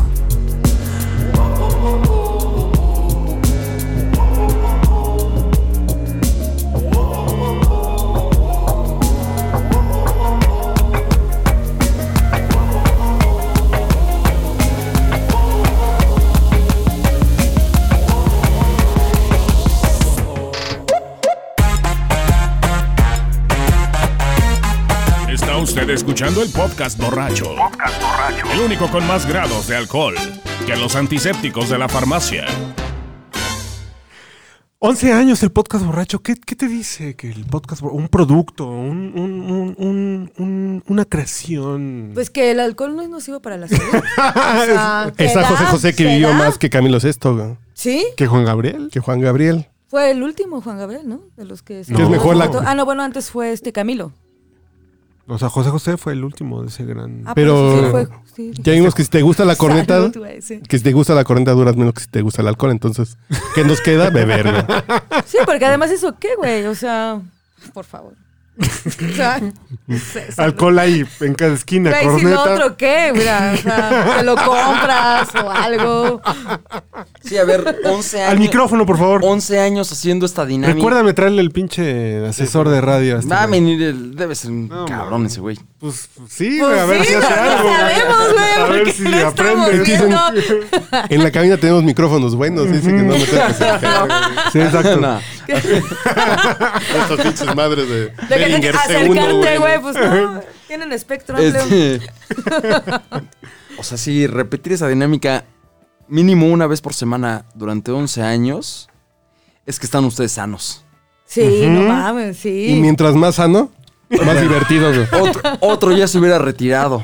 Está usted escuchando el podcast borracho. El único con más grados de alcohol que los antisépticos de la farmacia. 11 años el podcast borracho. ¿Qué, qué te dice que el podcast, bor- un producto, un- un- un- un- un- una creación? Pues que el alcohol no es nocivo para la salud. O sea, se Está da, José José que se vivió da. más que Camilo Sesto, güey. Sí, ¿Que Juan Gabriel? Que Juan Gabriel. fue el último Juan Gabriel, ¿no? De los que... se- Que es mejor la- Ah, no, bueno, antes fue este Camilo. O sea, José José fue el último de ese gran... Ah, Pero- pues sí, fue- sí. Ya vimos que si te gusta la corneta, Salud, güey, sí. que si te gusta la corneta duras menos que si te gusta el alcohol. Entonces, ¿qué nos queda? Beber, güey. Sí, porque además eso qué, güey. O sea, por favor. O sea, se- se- Alcohol ahí en cada esquina, güey, si no pues, otro qué, mira, o sea, te lo compras o algo. Sí, a ver, 11 años. Al micrófono, por favor. 11 años haciendo esta dinámica. Recuérdame traerle el pinche asesor de radio. a este Va a güey. venir el. Debe ser un No, cabrón ese güey. Pues pues, sí, Pues güey, a ver sí, si hace no algo. sabemos, güey, A ver porque si no estamos aprende. viendo. En la cabina tenemos micrófonos buenos. Dice que no me tengo que hacer Sí, exacto. No. estos pinches madres de De que te- Behringer segundo, acercarte, güey, pues no. Tienen espectro amplio. Este- o sea, sí, repetir esa dinámica mínimo una vez por semana durante 11 años es que están ustedes sanos. Sí, no mames, Y sí. mientras más sano, más divertido, güey. Otro, otro ya se hubiera retirado.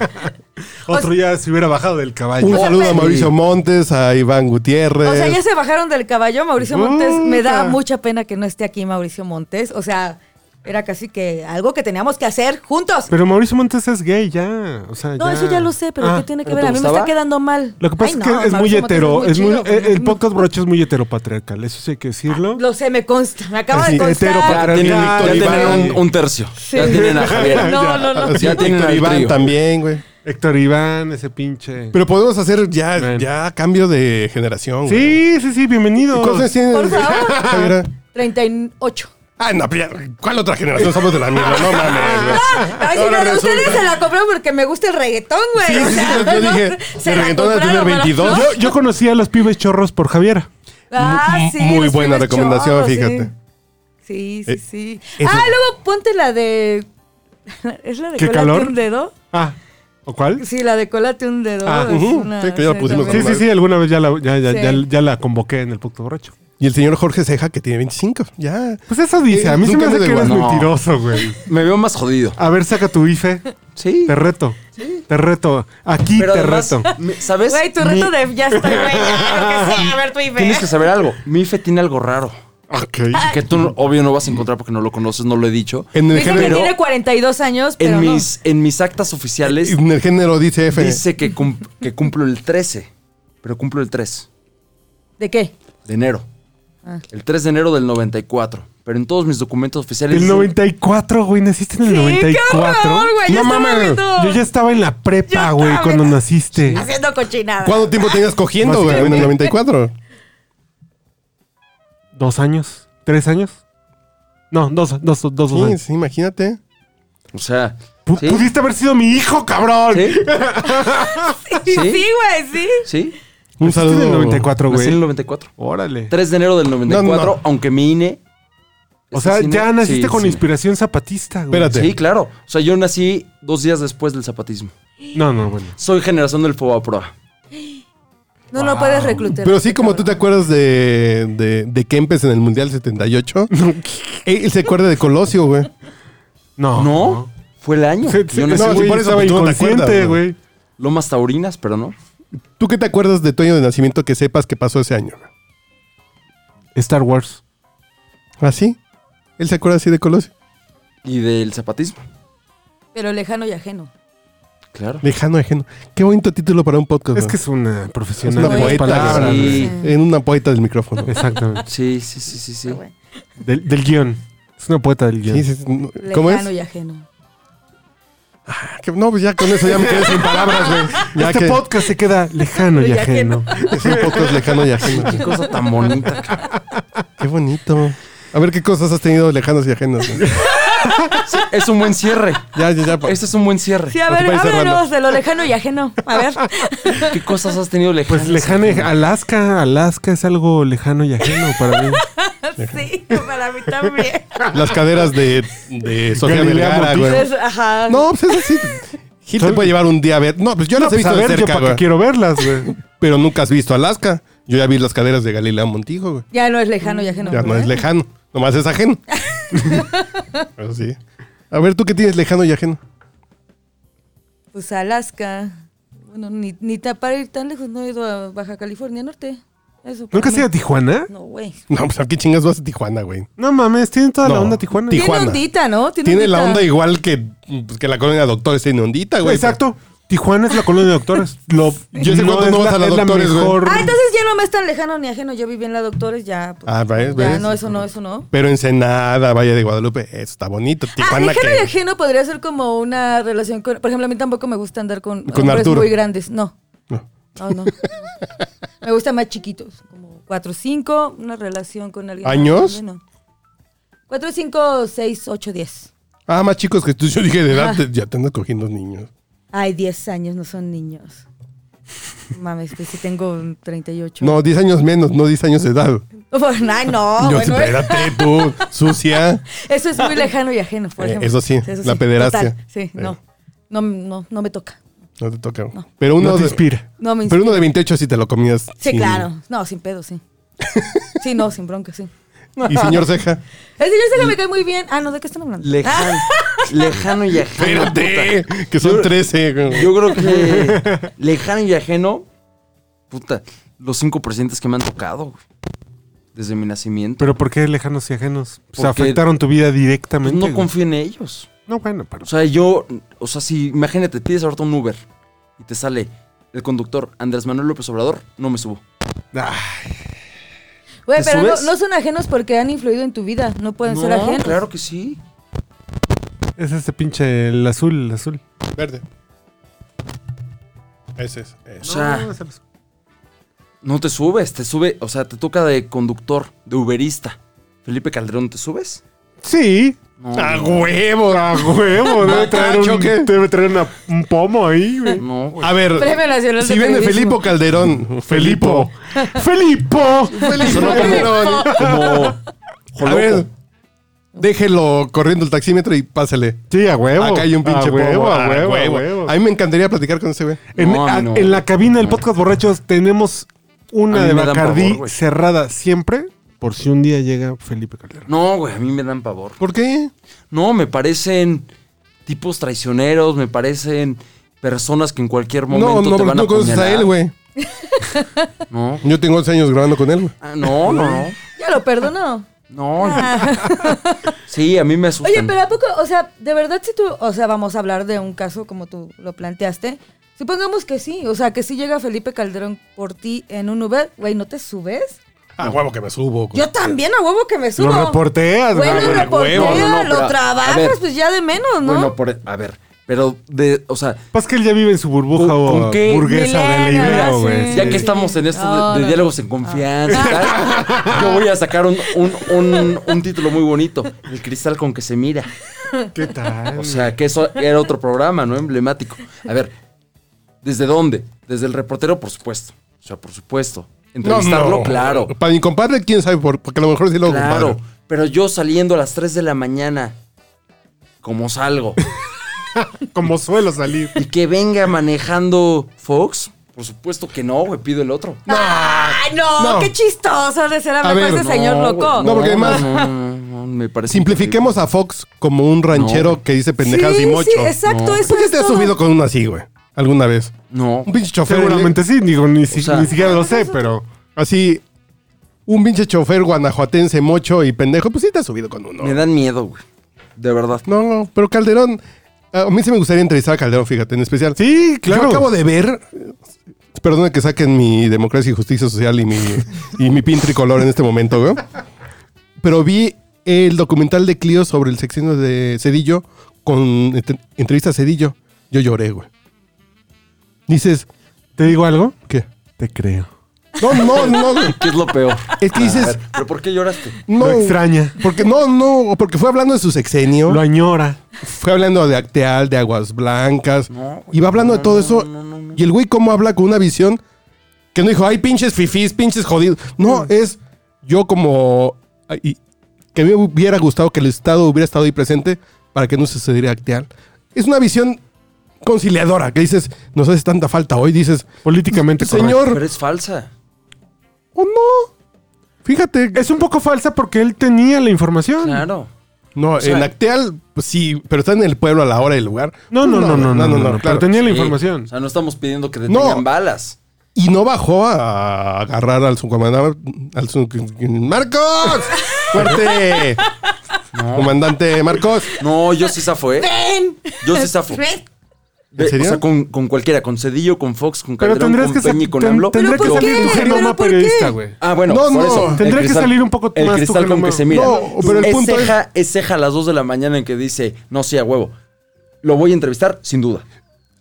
Otro ya se hubiera bajado del caballo. Un saludo a Mauricio Montes, a Iván Gutiérrez. O sea, ya se bajaron del caballo, Mauricio Montes. Me da Puta. mucha pena que no esté aquí Mauricio Montes. O sea, era casi que algo que teníamos que hacer juntos. Pero Mauricio Montes es gay ya. O sea, no, eso ya lo sé, pero Ah. ¿qué tiene que ¿No ver? te A mí me gustaba? está quedando mal. Lo que pasa es Ay, no, que es muy Mauricio Montes hetero. Es muy, eh, chido, el, pero el no- Ah, podcast broche es muy heteropatriarcal, eso sí hay que decirlo. Lo sé, me consta. Me acaba Así, de constar. heteropatriarcal. Ya tienen, Claro, ya tienen Iván. un, un tercio. Sí. Ya tienen a Javier. No, no, no. Así, Ya tienen Héctor al Iván trío. también, güey. Héctor Iván, ese pinche. Pero podemos hacer ya, Bueno. ya cambio de generación. güey. sí, sí, sí, bienvenido. ¿Cuántos años tienes? Por favor. Javiera? 38. Ah, no, pero ya, ¿cuál otra generación? Somos de la misma, no mames. güey. Ay, Ahora señora, ustedes resulta. se la compraron porque me gusta el reggaetón, güey. Sí, O sí, sea, sí, yo ¿no? dije, Se el la reggaetón del compraron primer para- 22. ¿no? Yo, yo conocí a los pibes chorros por Javiera. Ah, sí. Muy los buena primeros recomendación, chorros, sí. fíjate. Sí, sí, Eh, sí. eso. Ah, luego ponte la de. ¿Es la de ¿Qué colate calor? un dedo? Ah, ¿o cuál? Sí, la de colate un dedo. Ah, es ujú, una- sí, que ya la pusimos Sí, también. sí, sí, alguna vez ya la, ya, ya, Sí. ya- ya la convoqué en el podcast borracho. Y el señor Jorge Ceja, que tiene 25. Ya. Pues eso dice, a mí Eh, se me nunca hace me que eres igual. No. mentiroso, güey. Me veo más jodido. A ver, saca tu IFE. Sí. Te reto. Te reto. Aquí Pero te además, reto. mi- ¿sabes? Güey, tu reto Mi- de ya estoy, güey. ya, lo que sea, a ver, tu IP. Tienes que saber algo. Mi IFE tiene algo raro. Que tú, no- obvio, no vas a encontrar porque no lo conoces, no lo he dicho. En el Dice que género, tiene 42 años, pero. En no. mis, en mis actas oficiales en el género dice F. dice que, cum- que cumplo el 13, pero cumplo el 3 ¿De qué? de enero. Ah. El 3 de enero del 94. Pero en todos mis documentos oficiales. El dicen- 94, güey. Naciste en el Sí, qué 94. horror, güey, yo no estaba mames. viendo. Yo ya estaba en la prepa, Yo güey, estaba cuando en- naciste. Haciendo cochinada. ¿Cuánto tiempo tenías cogiendo, güey? En el 94. ¿Dos años? ¿Tres años? No, dos, dos, dos, dos Sí, años. sí, imagínate. O sea. Pu- ¿sí? Pudiste haber sido mi hijo, cabrón. ¿Sí? Sí, ¿Sí? güey, sí. ¿Sí? Un Naciste en saludo. el 94, Nací en el güey. 94. Órale. 3 de enero del 94, No, no. aunque mi E INE. O sea, Este ya cine- naciste sí, con sí. inspiración zapatista, güey. Espérate. Sí, claro. O sea, yo nací dos días después del zapatismo. No, no, bueno. Soy generación del Fobaproa. No lo puedes reclutar. este Pero sí, como tú te acuerdas de, de, de Kempes en el Mundial 78, él se acuerda de Colosio, güey. No. ¿No? Fue el año. Se- se- yo no, nací. no, güey, sí, por eso estaba tú no te inconsciente, acuerdas, güey. Lomas Taurinas, pero no. ¿Tú qué te acuerdas de tu año de nacimiento que sepas que pasó ese año? güey? Star Wars. ¿Así? ¿Ah, Él se acuerda así de Colosio. Y del zapatismo. Pero lejano y ajeno. Claro. Lejano, ajeno. Qué bonito título para un podcast. Es ¿no? que es una profesional. Es una de las poeta, palabras, sí. güey. En una poeta del micrófono. Exactamente. Sí, sí, sí, sí, sí. Del, del guión. Es una poeta del guión. Sí, sí, sí. ¿Cómo es? Lejano y ajeno. Ah, que- No, pues ya con eso ya me quedé sin palabras, güey. Ya Este que podcast se queda lejano y Y ajeno. ajeno. es un podcast lejano y ajeno. Qué cosa tan bonita. cabrón. Qué bonito. A ver qué cosas has tenido lejanos y ajenos. güey? Sí, es un buen cierre. Ya, ya, ya. Este es un buen cierre. Sí, a Lo que ver, vaya cerrando. háblanos de lo lejano y ajeno. A ver. ¿Qué cosas has tenido lejanas? Pues lejano, y- Alaska, Alaska es algo lejano y ajeno para mí. sí, para mí también. Las caderas de, de Sofía Galilea Vergara, Montijo. güey. Es- ajá. No, pues eso sí. Gil te Son- puede llevar un día a ver. No, pues yo las he Pues visto a de ver, yo cerca, para qué güey. quiero verlas, güey. Pero nunca has visto Alaska. Yo ya vi las caderas de Galilea Montijo, güey. Ya no es lejano y ajeno. ¿eh? Ya no ¿verdad? es lejano. Nomás es ajeno. Pero sí. A ver, ¿tú qué tienes lejano y ajeno? Pues Alaska. Bueno, ni, ni ta- para ir tan lejos, no he ido a Baja California Norte. Eso. para ¿Nunca has mí. ido a Tijuana? No, güey. No, pues aquí chingas vas a Tijuana, güey. No mames, tienen toda la No. onda Tijuana. Tij- Tiene Tijuana. ondita, ¿no? Tiene, Tiene ondita. la onda igual que, pues, que la colonia doctores tiene ondita, güey. Exacto. Tijuana es la colonia de doctores. Lo, Yo sé cuánto es no vas a la doctores, güey. Ah, entonces ya no me es tan lejano ni ajeno. Yo viví en la Doctores, ya. pues, Ah, ¿ves? ya, ¿ves? no, eso no, eso no. Pero Ensenada, Valle de Guadalupe, eso está bonito. Ah, Tijuana lejano y que... ajeno podría ser como una relación con. Por ejemplo, a mí tampoco me gusta andar con, Con hombres Arturo. muy grandes. No. No. No, no. me gustan más chiquitos, como 4, 5, una relación con alguien. ¿Años? 4, 5, 6, 8, 10. Ah, más chicos que tú. Yo dije de edad, Ah. te- ya te andas cogiendo niños. Ay, 10 años, no son niños. Mames, pues si tengo 38. No, 10 años menos, no 10 años de edad. Pues, ay, no, yo, bueno, espérate tú, sucia. Eso es muy lejano y ajeno, por Eh, ejemplo. eso sí, la pederastia. total, sí, Eh. no, no, no, no me toca. No te toca. Pero uno No te de- inspira. No me Pero uno de 28 sí te lo comías. Sí, sin- claro. No, sin pedo, sí. Sí, no, sin bronca, sí. Y señor Ceja. El señor Ceja me cae muy bien. Ah, no, ¿de qué están hablando? Lejano, lejano y ajeno. Espérate, puta. que son Yo- 13. güey. Yo creo que lejano y ajeno, puta, los cinco presidentes que me han tocado güey, desde mi nacimiento. Pero ¿por qué lejanos y ajenos? O sea, Porque- afectaron tu vida Pues directamente. no güey. confío en ellos. No, bueno, pero. O sea, yo, o sea, si imagínate, pides ahorita un Uber y te sale el conductor Andrés Manuel López Obrador, no me subo. Güey, ¿te pero no, subes? no son ajenos porque han influido en tu vida. No pueden No, ser ajenos. claro que sí. Es este pinche, el azul, el azul. Verde. Ese es. ese. O sea, No, es el azul. no te subes, te sube, o sea, te toca de conductor, de Uberista. Felipe Calderón, ¿te subes? Sí. No, A huevo. A huevo, debe traer, un, ¿qué? debe traer una- un pomo ahí, güey. no, güey. A ver. Premio Nacional Si de viene Periodismo. Felipo Calderón. Felipo. ¡Felipo! Sonó como- Como A ver. Déjelo corriendo el taxímetro y pásale. Sí, a huevo. Acá hay un pinche a huevo, pomo. a Ah, huevo, a huevo. A mí me encantaría platicar con ese güey. En, No, a mí a- no. en la cabina del podcast borrachos tenemos A una mí de me dan Bacardí pavor, güey. cerrada siempre por si un día llega Felipe Calderón. No, güey, a mí me dan pavor. ¿Por qué? No, me parecen tipos traicioneros, me parecen personas que en cualquier No, momento no, te van a no conoces a apuñalar. él, güey. No, Yo tengo 11 años grabando con él, güey. Ah, no, no, no. Ya lo perdono. No. Sí, a mí me asustan. Ah. Oye, pero ¿a poco? O sea, de verdad, si tú. O sea, vamos a hablar de un caso como tú lo planteaste. Supongamos que sí. O sea, que si llega Felipe Calderón por ti en un Uber, güey, ¿no te subes? A huevo que me subo. güey. Yo también a huevo que me subo. Lo reporteas, Güey, güey. lo a huevo. reporteas, huevo. No, no, no, pero, lo a trabajas, ver. pues ya de menos, ¿no? Bueno, por- e, a ver, pero de, o sea, Pasa que él ya vive en su burbuja ¿Con- o con qué? burguesa de la Milena, idea, sí. güey. ya Pues, Sí. que estamos en esto de- No, de, no, diálogos en confianza, y tal, yo voy a sacar un, un- un- un título muy bonito, El cristal con que se mira. ¿Qué tal? O sea, que eso era otro programa, ¿no? Emblemático. A ver, ¿desde dónde? Desde el reportero, por supuesto. O sea, por supuesto. Entrevistarlo, claro. Para mi compadre, quién sabe, por, porque a lo mejor sí lo Claro. compadre. Pero yo saliendo a las 3 de la mañana, como salgo, como suelo salir. y que venga manejando Fox, por supuesto que no, güey, pido el otro. ¡Ay, Ah, no! No. ¡Qué chistoso de ser a A mejor ver, ese señor güey, loco! No, porque además- no, no, no, me parece Simplifiquemos a Fox como un ranchero No. que dice sí, pendejadas y mocho. sí, exacto, No. eso ¿Por qué es te has todo. subido con una así, güey? ¿Alguna vez? increíble. No. Un pinche chofer. Seguramente sí, digo, ni, si- O sea, ni siquiera lo sé, pero. Así, un pinche chofer guanajuatense mocho y pendejo, pues sí te has subido con uno. Me dan miedo, güey. De verdad. No, no, pero Calderón, a mí sí me gustaría entrevistar a Calderón, fíjate, en especial. Sí, claro. Yo acabo de ver, perdona que saquen mi democracia y justicia social y mi, y mi pin tricolor en este momento, güey. Pero vi el documental de Clio sobre el sexenio de Cedillo con ent- entrevista a Cedillo. Yo lloré, güey. Dices, ¿Te digo algo? ¿qué? Te creo. No, no, no. güey. ¿Qué es lo peor? Es que A dices, ver, ¿Pero por qué lloraste? no. Lo extraña. Porque no, no, porque fue hablando de su sexenio. Lo añora. Fue hablando de Acteal, de Aguas Blancas. No, güey, y va hablando no, de todo no, eso. no, no, no. Y el güey, ¿cómo habla con una visión? Que no dijo, ay, pinches fifís, pinches jodidos. No, Mm. es yo como. ay, y- que me hubiera gustado que el Estado hubiera estado ahí presente para que no sucediera Acteal. Es una visión conciliadora que dices, nos hace tanta falta hoy. Dices, Políticamente correcto. señor, Pero es falsa. o no. Fíjate. Es un poco falsa porque él tenía la información. Claro. No, sea- en Acteal, pues, sí, pero está en el pueblo a la hora y el lugar. Pues No, no, no, no, no, no, no, pero claro. tenía la Sí. información. O sea, no estamos pidiendo que detengan No. balas. Y no bajó a agarrar al subcomandante. Al sub- ¡Marcos! ¡Fuerte! Comandante Marcos. No, yo sí zafo, ¿eh? ¡Ven! Yo sí zafo. ¡Ven! Ve, serio? O sea, con, con cualquiera, con Cedillo, con Fox, con Pero Calderón, tendrías con que, sa- Peña y con ten- AMLO. pues, tendría ¿Pero que por salir qué? tu ¿Pero genoma por qué? periodista, güey. Ah, bueno, No, por no. eso. El Tendría que cristal- salir un poco El más tu cristal con genoma. que se mira. No, pero el es, punto ceja, es... ceja a las 2 de la mañana en que dice, no sea huevo. Lo voy a entrevistar, sin duda.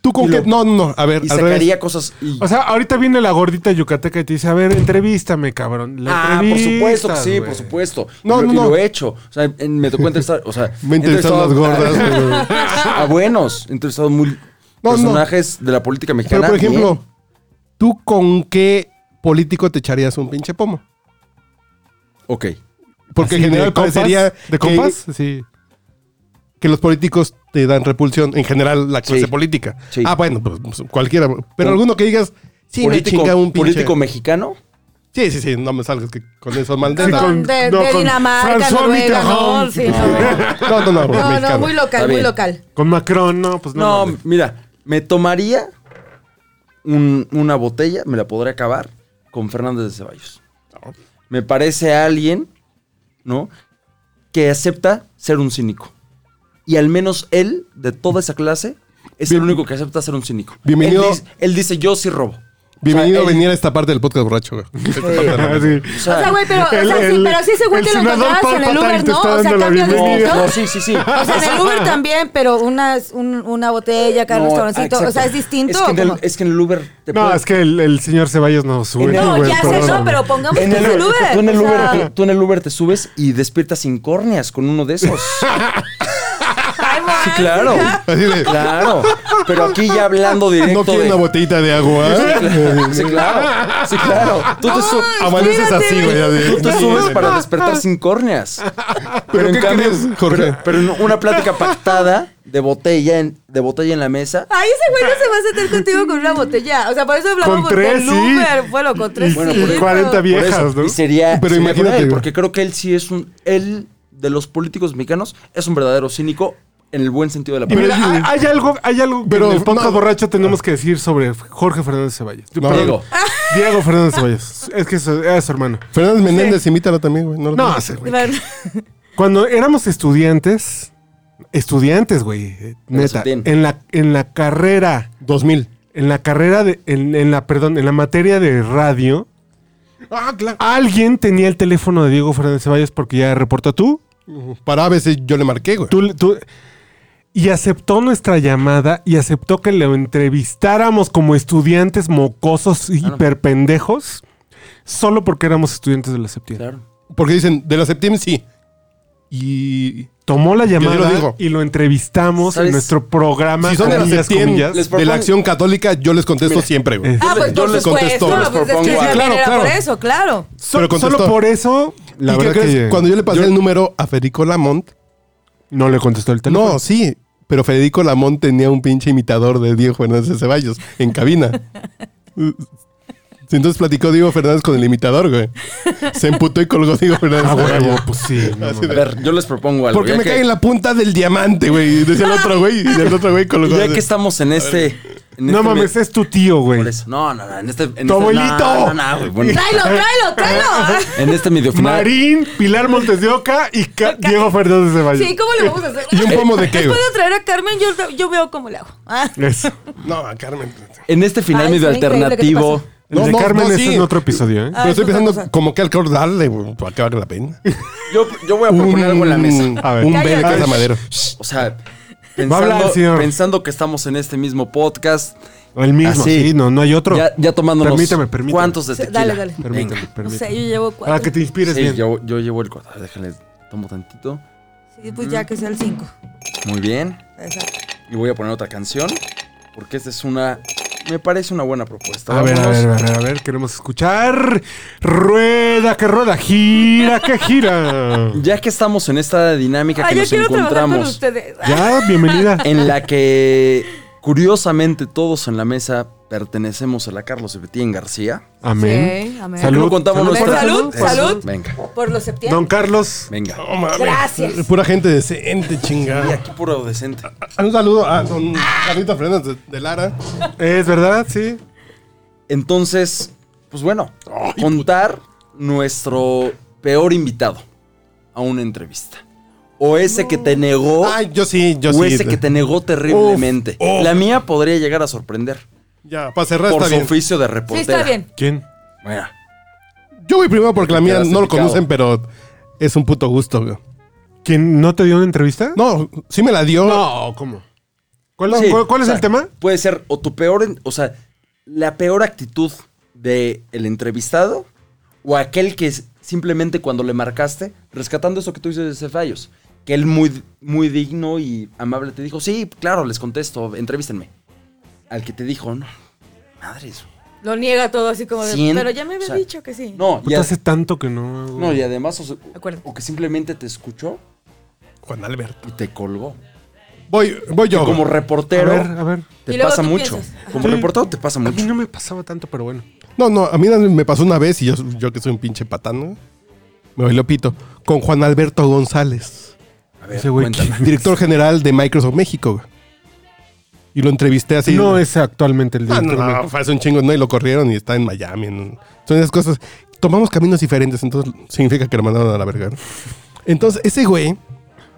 ¿Tú con Y qué? lo- No, no, a ver. Y al revés. sacaría cosas. y- O sea, ahorita viene la gordita yucateca y te dice, a ver, entrevístame, cabrón. La ah, por supuesto que entrevistas, sí, güey. por supuesto. No, No, no, no, no. lo he hecho. O sea, en- me tocó entrevistar. O sea, Me interesan las gordas, güey. A, a buenos. He entrevistado muy. no. personajes de la política Pero, mexicana. por ejemplo, bien. ¿tú con qué político te echarías un pinche pomo? Ok. Así, Porque en de general compas, parecería. ¿De que- compas? Sí. que los políticos te dan repulsión, en general la clase Sí. política. Sí. Ah, bueno, pues, pues, cualquiera, pero alguno que digas, sí, me político, chinga un pinche. político mexicano. Sí, sí, sí, no me salgas que con esos malditos. Con- de, no, de con Dinamarca, François Noruega, no, Mitterrand. sí, no. No, no, No, no, no, mexicano. muy local, Está muy bien. local. Con Macron, no, pues no. No, mames. mira, me tomaría un- una botella, me la podría acabar con Fernández de Ceballos. Me parece alguien, ¿no? Que acepta ser un cínico. Y al menos él, de toda esa clase, es el único que acepta ser un cínico. Bienvenido- Él dice, él dice, yo sí robo. Bienvenido O sea, a él- venir a esta parte del podcast borracho, güey. Esta pues, parte Ah, de- Sí. O O sea, sea, güey, pero, o sea, El- sí, el- pero sí, según el te lo senador encontrabas en el Palpatine Uber, te ¿no? está O sea, dando la cambio de bienvenida. estilo. no, sí, sí, sí. O sea, en el Uber también, pero una, un- una botella, cada No, restaurancito, exacto. o sea, es distinto. Es que en el, eh, ¿Cómo? es que en el Uber te No, puede- es que el, el señor Ceballos no sube. En el- no, güey, ya sé, no, perdóname. pero pongamos En que el, es el Uber. tú, en el o Uber sea, te, tú en el Uber te subes y despiertas sin córneas con uno de esos. ay, guay. Sí, claro. Así de, Claro. Pero aquí ya hablando directo no eh, quiere de... una botellita de agua. Sí, claro. Sí, claro. Tú te, su- Ay, Amaneces espérate, así, güey. así. tú te subes para despertar sin córneas. ¿Pero qué crees, Jorge? Pero, pero no, una plática pactada de botella en, de botella en la mesa. Ay, ese güey no se va a sentar contigo con una botella. O sea, por eso hablamos Con tres, del sí. Uber. Bueno, con tres. Y- Bueno, y por eso- 40 Por viejas, eso, ¿no? Y sería, Pero sería con imagínate, él, güey. porque creo que él sí es un... Él, de los políticos mexicanos, es un verdadero cínico en el buen sentido de la Pero palabra. hay, hay algo, hay algo que Pero en el podcast no. borracho tenemos que decir sobre Jorge Fernández Ceballos. No. Perdón, Diego. Diego Fernández Ceballos. Es que eso- era su hermano. Fernández Menéndez, invítalo también, güey. No, lo No, tengo. ese güey. Bueno, Cuando éramos estudiantes, estudiantes, güey, eh, neta, Satín. en la, en la carrera, 2000. en la carrera de, en, en la, perdón, en la materia de radio, Ah, alguien tenía el teléfono de Diego Fernández Ceballos porque ya reportó tú, Para veces yo le marqué, güey. tú, le- tú- y aceptó nuestra llamada y aceptó que lo entrevistáramos como estudiantes mocosos y hiperpendejos solo porque éramos estudiantes de la septiembre. Claro. Porque dicen, de la septiembre sí. Y Tomó la llamada digo. y lo entrevistamos en ¿Sabes? nuestro programa. si son de la comillas, septiembre comillas. les de la acción católica, yo les contesto Mira. siempre, güey. Eh. ah, pues Yo por les supuesto. contesto, Pues les es propongo que algo. también Claro, era claro. por eso, claro. So- Pero contestó. solo por eso, la ¿Y qué verdad crees? que Cuando yo le pasé el número a Federico Lamont, no le contestó el teléfono. no, sí, pero Federico Lamont tenía un pinche imitador de Diego Fernández de Ceballos en cabina. Sí, Entonces platicó Diego Fernández con el imitador, güey. Se emputó y colgó Diego Fernández. Ah, de Ceballos. huevo, pues sí. no Así mames. A ver, yo les propongo algo. Porque ya me que- cae en la punta del diamante, güey. Decía el otro güey. Y el otro güey colgó. Ya que estamos en este. en No este mames, me- es tu tío, güey. por eso. No, no, no. En este. En ¡Tu este- abuelito! No, no, no, güey, bueno. Tráelo, tráelo, tráelo. en este medio final. Marín, Pilar Montes de Oca y Ca- Diego Fernández de Ceballos. Sí, ¿cómo le vamos a hacer? ¿Y un pomo de qué, güey? Después de traer a Carmen, yo, yo veo cómo le hago. Ah. Eso. No, Carmen. En este final Ay, medio sería increíble alternativo. que El No, de no, Carmen no, es sí. en otro episodio, ¿eh? Ah, Pero pues es estoy otra pensando cosa. como que acordarle, güey, para que valga la pena. Yo, yo voy a proponer algo en la mesa. A ver. Un Cállate. bebé que es de madero. O sea, Mm. Va a hablar, pensando, señor. pensando que estamos en este mismo podcast. El mismo, Así. sí, no, no hay otro. Ya, ya tomándonos. Permítame, permítame. ¿Cuántos de Sí, tequila? dale, dale. Permíteme, Venga. No permíteme. sé, yo llevo Ah, Para que cuatro. te inspires Sí, bien. yo, yo llevo el cuatro. A ver, Déjale, tomo tantito. Sí, pues ya que sea el cinco. Ah, Muy bien. Exacto. Y voy a poner otra canción. Porque esta es una. Me parece una buena propuesta. A ver, a Vámonos. ver, a ver, a ver, queremos escuchar. Rueda que rueda, gira que gira. Ya que estamos en esta dinámica Ah, que yo nos quiero trabajar con encontramos, ustedes. Ah, Ya, bienvenida. en la que curiosamente todos en la mesa pertenecemos a la Carlos Epetien García. Amén. Sí, amén. ¿Por qué Salud. no contamos salud, nuestra- Salud, Eso. salud. Venga, Por los septiembre. Don Carlos. venga. Gracias. Pura gente decente, Y chingada. aquí puro decente. Un saludo a don Carlita Fernández de- de Lara. Es verdad, sí. Entonces, pues bueno, contar nuestro peor invitado a una entrevista. O ese que te negó. Ay, yo sí, yo Oh. o sí. ese que te negó terriblemente. uf. La mía podría llegar a sorprender. Ya, para cerrar Por está su bien. oficio de Sí, reportera. está bien. ¿Quién? Mira, Yo voy primero porque la mía Quedaste no lo picado. conocen, pero es un puto gusto, güey. ¿Quién no te dio una entrevista? No, sí me la dio. No, ¿cómo? ¿Cuál, Sí, cuál- cuál es o sea, el tema? Puede ser o tu peor, en- o sea, la peor actitud del el entrevistado o aquel que es- simplemente cuando le marcaste, rescatando eso que tú dices de Ceballos, que él muy, muy digno y amable te dijo, sí, claro, les contesto, entrevístenme. Al que te dijo, no, madres. Lo niega todo así como de. cien, Pero ya me o había sea, dicho que sí. No, y, Puta, a- hace tanto que no. hago- no, y además, o, sea, acuerdo. o que simplemente te escuchó Juan Alberto. y te colgó. Voy, voy yo. Que como reportero A ver, a ver. Y te luego pasa tú mucho. piensas. Como Sí. reportero te pasa A mí mucho. no me pasaba tanto, pero bueno. No, no, a mí me pasó una vez y yo, yo que soy un pinche patán, ¿no? me bailó pito, con Juan Alberto González, A ver, Ese güey, cuéntame. director general de Microsoft México. güey. Y lo entrevisté así. No es actualmente el Ah, director. no, de- no, fue hace un chingo, ¿no? Y lo corrieron y está en Miami. ¿no? Son esas cosas. Tomamos caminos diferentes, entonces significa que lo mandaron a la verga. ¿no? Entonces, ese güey,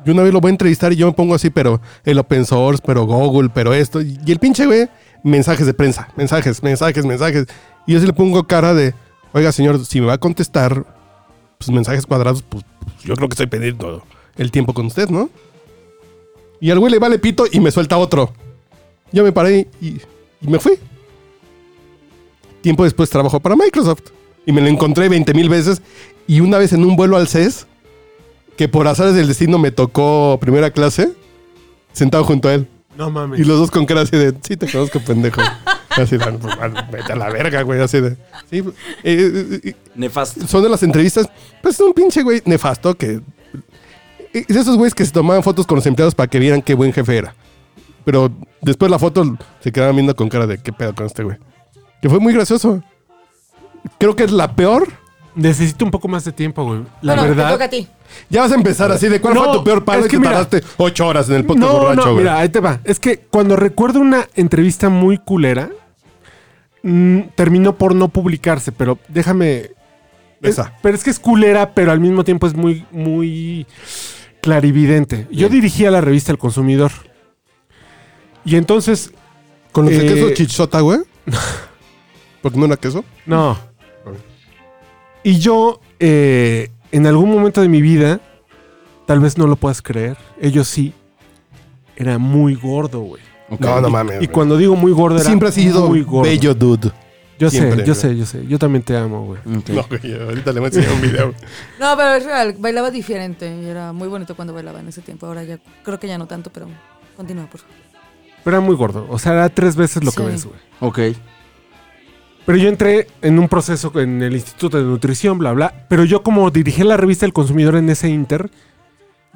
yo una vez lo voy a entrevistar y yo me pongo así, pero el open source, pero Google, pero esto. Y el pinche güey, mensajes de prensa, mensajes, mensajes, mensajes. Y yo sí le pongo cara de, oiga, señor, si me va a contestar pues, mensajes cuadrados, pues, pues, yo creo que estoy perdiendo el tiempo con usted, ¿no? Y al güey le vale pito y me suelta otro. Yo me paré y- y me fui. Tiempo después trabajó para Microsoft. Y me lo encontré 20 mil veces. Y una vez en un vuelo al CES, que por azares del destino me tocó primera clase, sentado junto a él. No mames. Y los dos con cara así de, sí, te conozco, pendejo. Así de, "Pues, man, vete a la verga, güey. Así de, sí. eh, eh, eh, Nefasto. son de las entrevistas, pues es un pinche güey nefasto que... Es de esos güeyes que se tomaban fotos con los empleados para que vieran qué buen jefe era. Pero después la foto se quedaban viendo con cara de qué pedo con este güey. Que fue muy gracioso. Creo que es la peor. Necesito un poco más de tiempo, güey. La bueno, te toca a verdad. ti. Ya vas a empezar así de cuál No, fue tu peor paro es y que te mira- tardaste ocho horas en el podcast no, borracho, no, güey. mira, ahí te va. Es que cuando recuerdo una entrevista muy culera, mm, terminó por no publicarse, pero déjame. es- Esa. pero es que es culera, pero al mismo tiempo es muy, muy clarividente. Yo dirigía la revista El Consumidor. Y entonces. Con los de Eh, queso chichota, güey. Porque no era queso. No. Y yo, eh, en algún momento de mi vida, tal vez no lo puedas creer, ellos sí, era muy gordo, güey. Ok. No, no Y- mames. Y, güey. cuando digo muy gordo, era Siempre ha sido muy gordo. bello dude. Yo sé, siempre, yo güey. sé, yo sé. Yo también te amo, güey. Ok. No, güey, ahorita le voy a enseñar un video. No, pero es real, bailaba diferente y era muy bonito cuando bailaba en ese tiempo. Ahora ya, creo que ya no tanto, pero continúa, por favor. Pero era muy gordo. O sea, era tres veces lo que Sí. ves, güey. Ok. Pero yo entré en un proceso en el Instituto de Nutrición, bla, bla. Pero yo como dirigí la revista El Consumidor en ese Inter,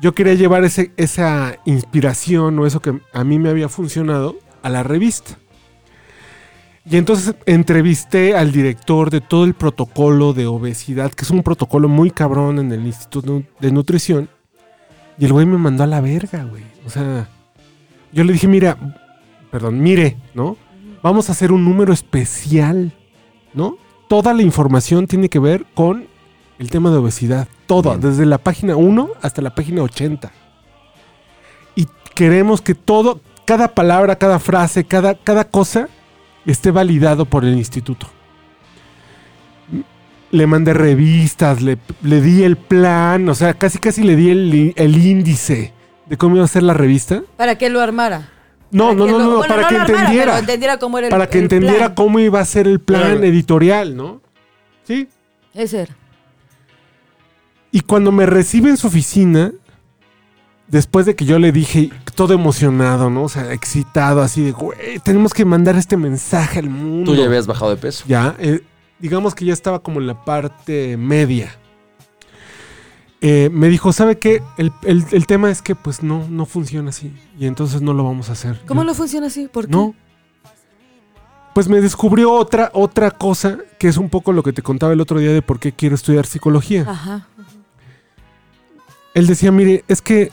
yo quería llevar ese, esa inspiración o eso que a mí me había funcionado a la revista. Y entonces entrevisté al director de todo el protocolo de obesidad, que es un protocolo muy cabrón en el Instituto de Nutrición. Y el güey me mandó a la verga, güey. O sea, yo le dije, mira, perdón, mire, ¿no? Vamos a hacer un número especial, ¿no? Toda la información tiene que ver con el tema de obesidad. Toda, desde la página 1 hasta la página 80. Y queremos que todo, cada palabra, cada frase, cada, cada cosa esté validado por el instituto. Le mandé revistas, le, le di el plan, o sea, casi casi le di el, el índice de cómo iba a ser la revista. Para que lo armara. No, Para no, que no, lo- no, no, bueno, para que lo armara, entendiera. pero entendiera cómo era el para que el entendiera plan. cómo iba a ser el plan Claro. editorial, ¿no? Sí. Ese era. Y cuando me recibe en su oficina, después de que yo le dije, todo emocionado, ¿no? O sea, excitado, así de, güey, tenemos que mandar este mensaje al mundo. Tú ya habías bajado de peso. Ya, eh, digamos que ya estaba como en la parte media. Eh, me dijo, ¿sabe qué? El, el- el tema es que pues no, no funciona así. Y entonces no lo vamos a hacer. ¿Cómo Yo- no funciona así? ¿Por qué? Mm. No. Pues me descubrió otra, otra cosa que es un poco lo que te contaba el otro día de por qué quiero estudiar psicología. Ajá. Él decía, mire, es que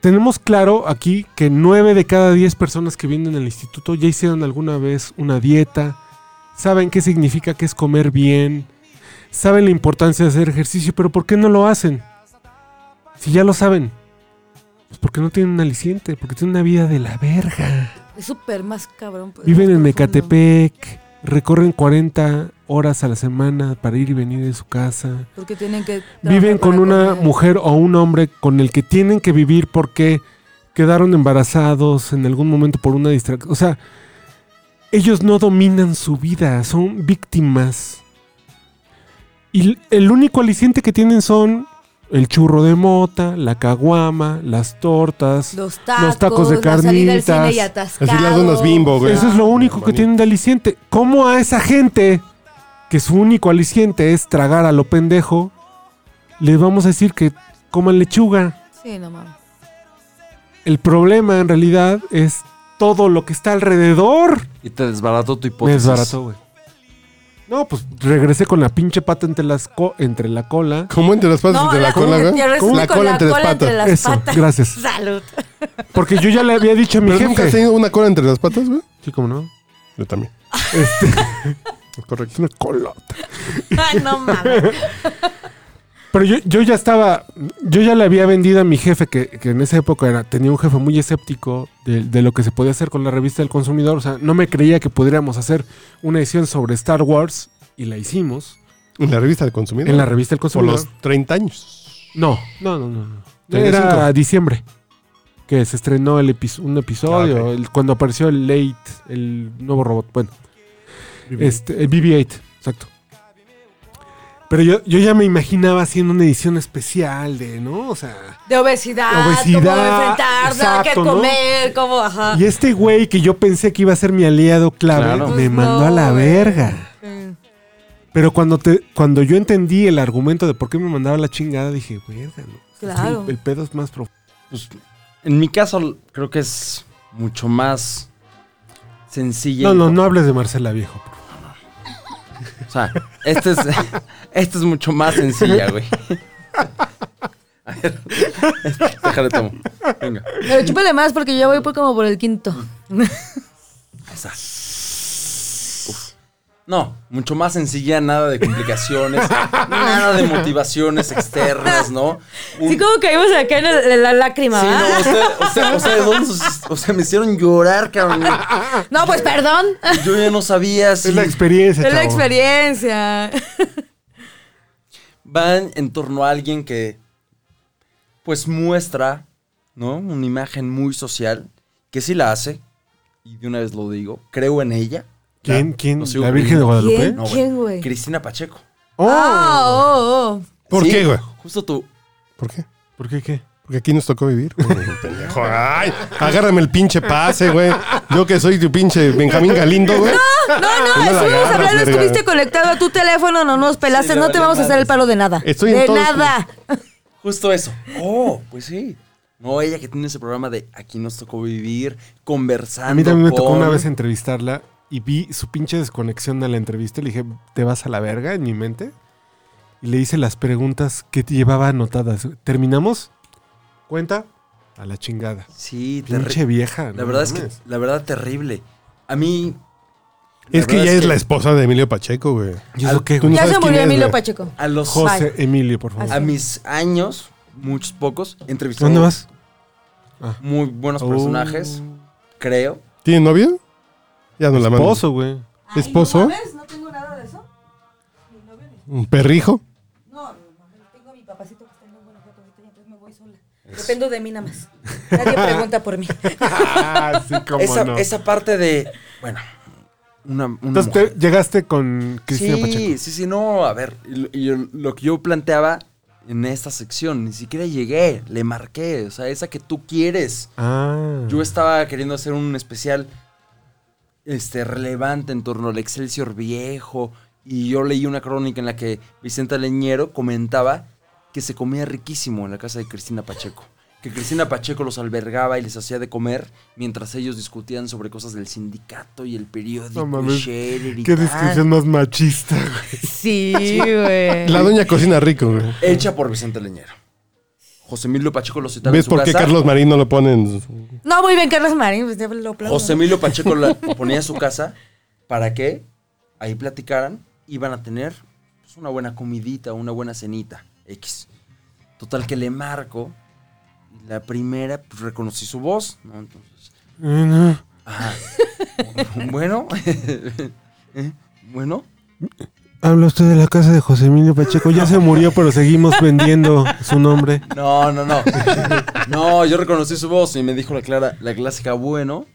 tenemos claro aquí que 9 de cada 10 personas que vienen al instituto ya hicieron alguna vez una dieta, saben qué significa que es comer bien, saben la importancia de hacer ejercicio, pero ¿por qué no lo hacen? Si ya lo saben. Pues porque no tienen un aliciente, porque tienen una vida de la verga. Es súper más cabrón. pues, Viven más en profundo. Mecatepec, recorren 40 horas a la semana para ir y venir de su casa. Porque tienen que... Viven trabajar con para una comer. mujer o un hombre con el que tienen que vivir porque quedaron embarazados en algún momento por una distracción. O sea, ellos no dominan su vida, son víctimas. Y l- el único aliciente que tienen son el churro de mota, la caguama, las tortas. Los tacos, los tacos de la salida al cine carnitas. y Así le hacen unos atascados. bimbo, güey. Eso es lo único que Manito. tienen de aliciente. ¿Cómo a esa gente, que su único aliciente es tragar a lo pendejo, les vamos a decir que coman lechuga? Sí, no mames. El problema en realidad es todo lo que está alrededor. Y te desbarató tu Pues Me hipótesis. desbarató, güey. No, pues regresé con la pinche pata entre, las co- entre la cola. ¿Cómo entre las patas No, y entre la, la- cola, te güey? regresas La con cola la entre las cola entre patas. las Eso, patas. gracias. Salud. Porque yo ya le había dicho a mi ¿Pero nunca has jefe. tenido una cola entre las patas, güey? Sí, ¿cómo no? Yo también. Este, Correcto. Una cola. Ay, no mames. Pero yo, yo ya estaba, yo ya le había vendido a mi jefe, que, que en esa época era, tenía un jefe muy escéptico de, de lo que se podía hacer con la revista del consumidor. O sea, no me creía que pudiéramos hacer una edición sobre Star Wars y la hicimos En la revista del consumidor. en la revista del Por consumidor. los 30 años. No, no, no, no. no. Era 35. diciembre que se estrenó el epi- un episodio, Ah, ok. el- cuando apareció el Late, el nuevo robot. Bueno, este, el BB-8, exacto. Pero yo, yo ya me imaginaba haciendo una edición especial de, ¿no? O sea, De obesidad, Obesidad, cómo enfrentarla, qué exacto, ¿no? comer, cómo, ajá. Y este güey que yo pensé que iba a ser mi aliado clave Claro. me Pues mandó a no, la güey. verga. Sí. Pero cuando, te, cuando yo entendí el argumento de por qué me mandaba la chingada, dije, verga, no. O sea, Claro. el- El, pedo es más profundo. Pues, en mi caso, creo que es mucho más sencilla. No, y- no, no hables de Marcela Viejo. por favor. O sea, este es, este es mucho más sencilla, güey. A ver, déjale tomo. Venga. Pero chúpale más porque yo ya voy por como por el quinto. Ahí está. Uf. No, mucho más sencilla, nada de complicaciones, nada de motivaciones externas, ¿no? Un- Sí, como caímos acá en el- en la lágrima, Sí, ¿va? no, usted- usted- ustedes dos, o sea, me hicieron llorar, cabrón. No, pues perdón. Yo ya no sabía si Es la Este experiencia, Es la chavo. experiencia. van en torno a alguien que pues muestra, ¿no? Una imagen muy social, que sí la hace, y de una vez lo digo, creo en ella. ¿Quién? La- ¿Quién? lo sigo ¿La Virgen de creyendo. Guadalupe? ¿Quién? No, güey. ¿Quién, güey? Cristina Pacheco. Ah, ¡Oh! oh, oh. ¿Por Sí, qué, güey? Justo tú. ¿Por qué? ¿Por qué qué? Porque aquí nos tocó vivir. güey, pendejo. Ay, agárrame el pinche pase, güey. Yo que soy tu pinche Benjamín Galindo, güey. No, no, No la estuvimos agarras, hablando, verga. estuviste conectado a tu teléfono, no nos pelaste, Sí, no me te vale vamos a hacer madres. el palo de nada. Estoy en de todos tus- nada. Justo eso. Oh, pues sí. No, ella que tiene ese programa de Aquí nos tocó vivir, conversando. A mí también me tocó con- una vez entrevistarla y vi su pinche desconexión de la entrevista. y Le dije, ¿te vas a la verga en mi mente? Y le hice las preguntas que te llevaba anotadas. ¿Terminamos? ¿Cuenta? A la chingada. Sí, terri- Pinche vieja. La no verdad es que, mames. la verdad, terrible. A mí. la Es que verdad ella es la esposa de Emilio Pacheco, güey. ¿Y eso qué, Tú güey? no Ya sabes se quién murió es, Emilio güey. Pacheco. A los. José Emilio, por favor. Así. A mis años, muchos pocos, entrevisté ¿Dónde vas? Oh. muy buenos personajes, creo. ¿Tiene novio? Ya no la mando. Esposo, güey. ¿Esposo? No tengo nada de eso. ¿Un perrijo? No, tengo a mi papacito que está en buena foto ahorita, entonces me voy sola. Dependo de mí nada más. Nadie pregunta por mí. Ah, sí, cómo Esa, no. esa parte de. Bueno, una. una Entonces mujer. te llegaste con Cristina sí, Pacheco. Sí, sí, no, a ver, y lo, y yo- lo que yo planteaba en esta sección, ni siquiera llegué, le marqué, o sea, esa que tú quieres. Ah. Yo estaba queriendo hacer un especial este, relevante en torno al Excelsior viejo, y yo leí una crónica en la que Vicenta Leñero comentaba que se comía riquísimo en la casa de Cristina Pacheco. Que Cristina Pacheco los albergaba y les hacía de comer mientras ellos discutían sobre cosas del sindicato y el periódico. No y mames. Scherer y Qué tal. descripción más machista, güey. Sí, güey. La doña cocina rico, güey. Hecha por Vicente Leñero. José Emilio Pacheco lo citaba en ¿Ves su por qué casa. Carlos Marín no lo pone en... su- No, muy bien, Carlos Marín, pues ya lo aplaudo. José Emilio Pacheco la ponía en su casa para que ahí platicaran. Iban a tener pues, una buena comidita, una buena cenita. X. Total que le marco. y La primera, pues reconocí su voz. ¿no? Entonces, ajá. bueno. ¿eh? Bueno. Habla usted de la casa de José Emilio Pacheco. Ya se murió, pero seguimos vendiendo su nombre. No, no, no. No, yo reconocí su voz y me dijo la clara, la clásica, bueno.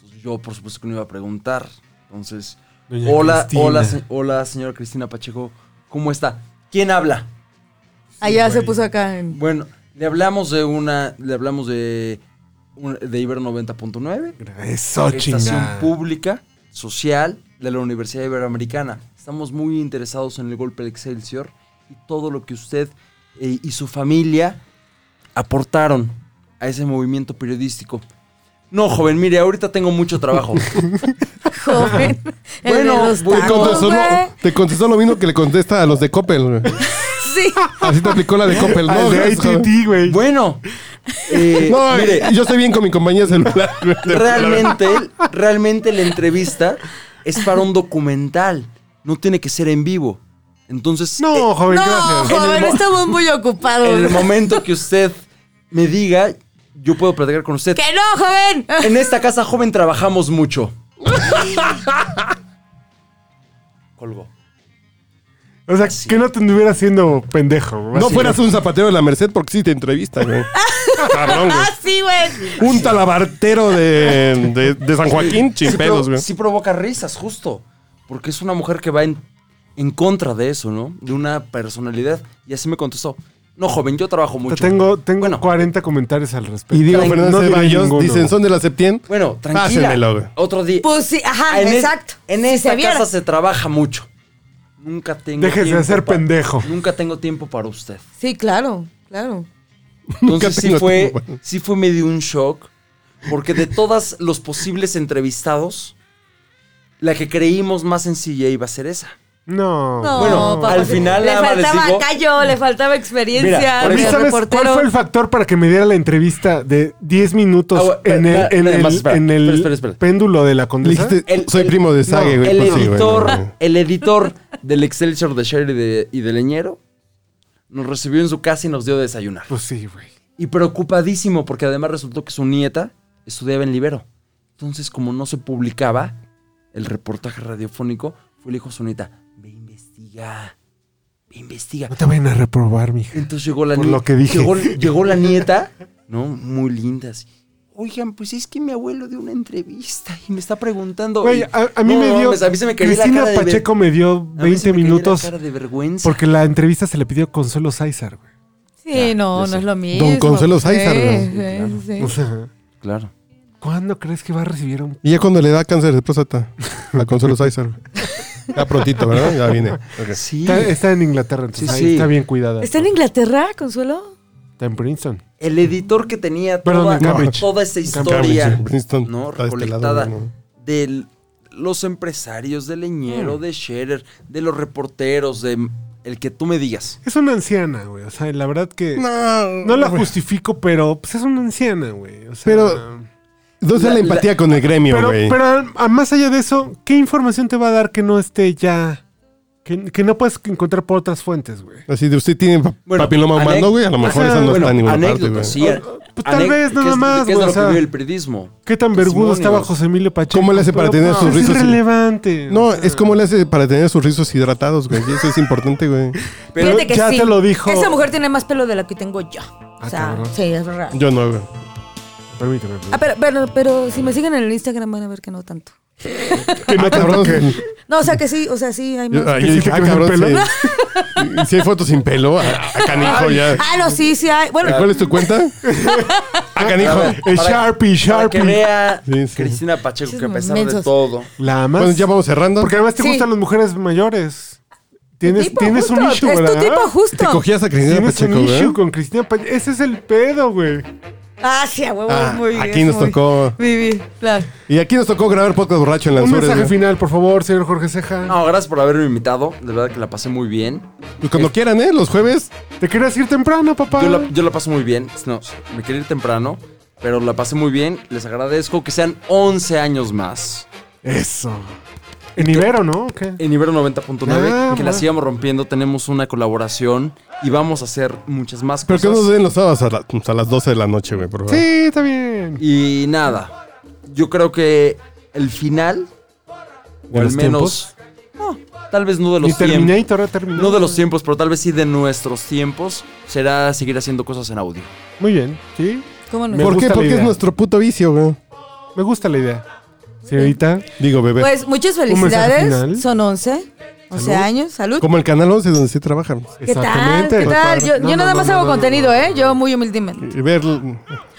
Pues yo, por supuesto, que no iba a preguntar. Entonces, Doña hola, Cristina. hola, se- hola, señora Cristina Pacheco, ¿cómo está? ¿Quién habla? Allá se puso acá en... Bueno, le hablamos de una, le hablamos de, un- de Ibero 90.9, Eso, estación chingada. pública, social, de la Universidad Iberoamericana. Estamos muy interesados en el golpe de Excelsior y todo lo que usted eh, y su familia aportaron a ese movimiento periodístico. No, joven, mire, ahorita tengo mucho trabajo. Joven. el de Bueno, los voy Te con tacos, contestó, Ah, güey. te contestó lo mismo que le contesta a los de Coppel. güey. Sí. Así te aplicó la de Coppel. No, Al de gracias, joven. AT&T, güey. Bueno, eh, No, mire, yo estoy bien con mi compañía celular. realmente, realmente la entrevista es para un documental. No tiene que ser en vivo. Entonces, No, joven, No, gracias. En el joven, mo- estamos muy ocupados. en el momento que usted me diga, yo puedo platicar con usted. ¡Que no, joven! En esta casa joven trabajamos mucho. Colgó. O sea, que no te anduviera haciendo pendejo. güey. No Así, fueras un zapatero de la Merced porque sí te entrevistan, güey. Cabrón, güey. ¡Ah, sí, güey! Un talabartero de, de- de San Joaquín, Sí, chimpedos, pro- güey. sí provoca risas, justo. Porque es una mujer que va en, en contra de eso, ¿no? De una personalidad. Y así me contestó. No, joven, yo trabajo Te mucho. tengo tengo Bueno. 40 comentarios al respecto. Y digo, Ay, Fernández no diré Ceballos, ninguno. dicen, son de la Septien. Bueno, tranquila. Pásenmelo, güey. Otro día. Pues sí, ajá, Ah, En es- exacto. en Si esta se viera. casa se trabaja mucho. Nunca tengo Déjese de tiempo ser pa- pendejo. Nunca tengo tiempo para usted. Sí, claro, claro. Entonces sí tengo fue, tiempo. sí fue medio un shock, porque de todas los posibles entrevistados, la que creímos más sencilla iba a ser esa. No. No, Bueno, papá, al sí. final le nada más les faltaba digo- callo, le faltaba Mira, experiencia. A por mí, de eso- ¿sabes reportero. cuál fue el factor para que me diera la entrevista de 10 minutos Ah, bueno, en espera, el, en espera, el- más, espera, en el espera, espera, espera. péndulo de la condesa? Dijiste, El- soy el- primo de Sage, güey. el, pues sí, güey, editor, no, güey. el editor del Excelsior de Sherry de- y de Leñero nos recibió en su casa y nos dio a desayunar. Pues sí, güey. Y preocupadísimo, porque además resultó que su nieta estudiaba en Libero. Entonces, como no se publicaba el reportaje radiofónico, fue le dijo a su nieta, ve investiga, ve investiga. No te vayan a reprobar, mija. Entonces llegó la Por nie- lo que dije. Llegó, llegó la nieta, ¿no? Muy linda así. Oigan, pues es que mi abuelo dio una entrevista y me está preguntando. Güey, Y- a, a mí No, me dio. mames, a mí se me cayó la Cristina cara de ver- Pacheco me dio a mí se 20 me cayó la minutos cara de vergüenza. porque la entrevista se le pidió Consuelo Sáizar, güey. Sí, no, no es lo mismo. Consuelo Sáizar, Sí, güey. sí, sí. O sea, Claro. ¿cuándo crees que va a recibir a un.? Y ya cuando le da cáncer de próstata, la Consuelo Sáizar. güey. Ya prontito, ¿verdad? Ya vine. Ok. Sí. Está, está en Inglaterra, entonces Sí, ahí sí. está bien cuidada. ¿Está en Inglaterra, Consuelo? Está en Princeton. El editor que tenía Perdón, toda, en Cambridge. toda esa Cambridge, historia sí. Princeton ¿no? está de este lado, recolectada ¿no? de los empresarios, de Leñero, Hmm. de Scherer, de los reporteros, de el que tú me digas. Es una anciana, güey. O sea, la verdad que. No, No, la güey. justifico, pero pues es una anciana, güey. O sea, Pero- Entonces la, La- empatía con el gremio, Pero, güey. pero a- a- más allá de eso, ¿qué información te va a dar que no esté ya? Que, que no puedes encontrar por otras fuentes, güey. Así de usted tiene pa- Bueno, papiloma anec- humano, güey. A lo mejor Ajá, esa no bueno, está en ninguna parte, Anécdotas, güey. sí. Ah, pues, tal vez, nada ¿qué es- más, ¿Qué es de güey, lo o que sea, vive el periodismo? ¿Qué tan vergudo Testimonios. estaba José Emilio Pacheco? ¿Cómo le hace para Pero, tener sus pues, rizos Es y- irrelevante. No, es como le hace para tener sus rizos hidratados, güey. y Eso es importante, güey. Pero Fíjate que ya sí. te lo dijo. Esa mujer tiene más pelo de la que tengo yo. Ah, O sea, cabrón. sí, es raro. Yo no, güey. Permíteme. Ah, pero, pero, pero si me siguen en el Instagram van a ver que no tanto. Que no, cabrón. No, o sea que sí, o sea, sí hay más. Yo, ah, ¿Que yo sí te dije, ah, crece el cabrón, pelo? sí. Si hay fotos sin pelo, a, a canijo ya. Ah, no, sí, sí hay. Bueno, ¿Cuál es tu cuenta? A canijo. El Para- Sharpie, Para que Sharpie. vea Sí, sí. Cristina Pacheco que a Chismos pesar de mensos. todo. La amas. Bueno, ya vamos cerrando. Porque además te Sí. gustan las mujeres mayores. Tienes, tipo tienes justo, un issue, es ¿verdad? tu tipo justo. Te cogías a Cristina Tienes Pacheco, un güey. issue con Cristina Pacheco. Ese es el pedo, güey. Ah, sí, a huevo, Ah, muy bien. aquí nos muy- tocó. Muy bien, claro. Y aquí nos tocó grabar podcast borracho en Un Lanzures. mensaje güey. final, por favor, señor Jorge Ceja. No, gracias por haberme invitado. De verdad que la pasé muy bien. Pues cuando quieran, ¿eh? Los jueves. Te querías ir temprano, papá. Yo la, yo la paso muy bien. No, me quería ir temprano, pero la pasé muy bien. Les agradezco que sean 11 años más. Eso. En Ibero, ¿no? ¿O qué? En Ibero 90.9, Ah, que la bueno. sigamos rompiendo, tenemos una colaboración y vamos a hacer muchas más Pero que cosas. nos den los sábados a, la- pues, a las 12 de la noche, güey, por favor. Pues Sí, está bien. Y nada, yo creo que el final, o al los menos, no, tal vez no de Y los tiempos, Terminator ahora terminó. no de los tiempos, pero tal vez sí de nuestros tiempos, será seguir haciendo cosas en audio. Muy bien, sí. ¿Cómo no? Me ¿Por gusta qué? la Porque es idea. nuestro puto vicio, güey. Me gusta la idea. Señorita, Digo, bebé. Pues muchas mensaje final. felicidades. Son 11, 11 Salud. años. Salud. Como el canal 11 donde sí trabajan. ¿Qué tal? ¿Qué tal? Yo, No, no, yo nada no, más no, hago no, no, contenido, no. ¿eh? Yo muy humildemente. Y eh, ver.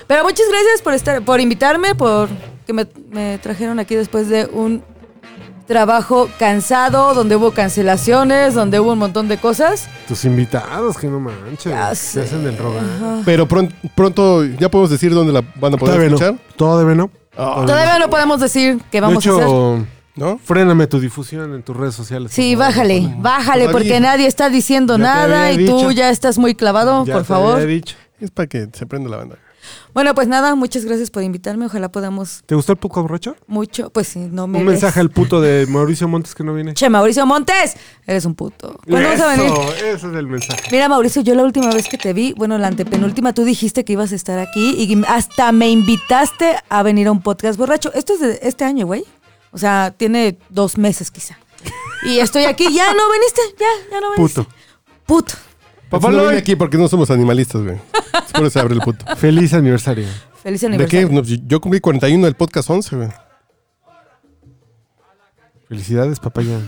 Pero muchas gracias por estar, por invitarme, por que me, me trajeron aquí después de un trabajo cansado, donde hubo cancelaciones, donde hubo un montón de cosas. Tus invitados, que no manches. ¿eh? Ya Se sé. hacen del rogar. Pero pron- pronto, ¿ya podemos decir dónde la van a poder Todavía escuchar? no. Ah. Todavía no. Todavía no podemos decir que De vamos a hacer. hecho, ¿No? fréname tu difusión en tus redes sociales. Sí, por favor. bájale, bájale, Pues, porque David, nadie está diciendo ya te nada había y dicho. tú ya estás muy clavado, Ya por te favor. había dicho. Es para que se prenda la banda. Bueno, pues nada, muchas gracias por invitarme. Ojalá podamos ¿Te gustó el poco borracho? mucho. Pues sí, no me. Un ves. mensaje al puto de Mauricio Montes que no viene. Che, Mauricio Montes, eres un puto. ¿Cuándo pues vas a venir? Eso, ese es el mensaje. Mira, Mauricio, yo la última vez que te vi, bueno, la antepenúltima, tú dijiste que ibas a estar aquí y hasta me invitaste a venir a un podcast borracho. Esto es de este año, güey. O sea, tiene dos meses quizá. Y estoy aquí, ya no viniste, ya, ya no viniste. Puto. Puto. Papá no no viene hay- aquí porque no somos animalistas, güey. Es por eso abre el puto. Feliz aniversario. Feliz ¿De qué? aniversario. No, pues, yo cumplí 41 del podcast 11, güey. Felicidades, papaya.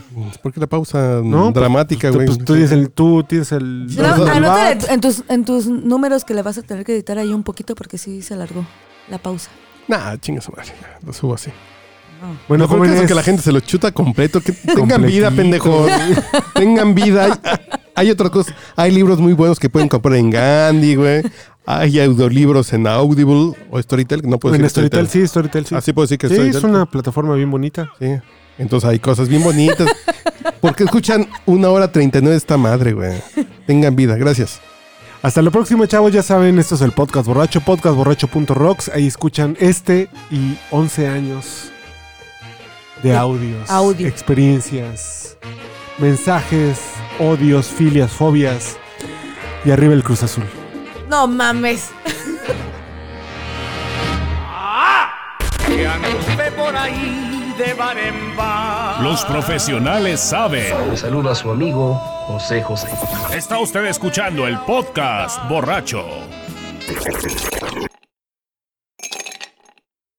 ¿Por qué la pausa No, pues, dramática, Tú, güey? pues, tú tienes el. Tú tienes el No, Vamos a anótale hablar. en tus, en tus números que le vas a tener que editar ahí un poquito porque sí se alargó la pausa. Nah, chinga su madre. Lo subo así. bueno, Lo peor que es jóvenes, que la gente se lo chuta completo. Que tengan vida, Completito. pendejos. tengan vida. Hay, hay otras cosas. Hay libros muy buenos que pueden comprar en Gandhi, güey. Hay audiolibros en Audible o Storytel. que No puedo En decir Storytel, pues, sí, Storytel, sí. Así puedo decir que Sí, Storytel. es una plataforma bien bonita. Sí. Entonces hay cosas bien bonitas. ¿Por qué escuchan una hora 39 de esta madre, güey? Tengan vida, gracias. Hasta la próxima, chavos. Ya saben, esto es el Podcast Borracho, podcastborracho.rocks. Ahí escuchan este y 11 años de De audios, audio. experiencias, mensajes, odios, filias, fobias. Y arriba el Cruz Azul. No mames. Que anduve por ahí de bar en bar. Los profesionales saben. Le saluda a su amigo José José. Está usted escuchando el podcast borracho.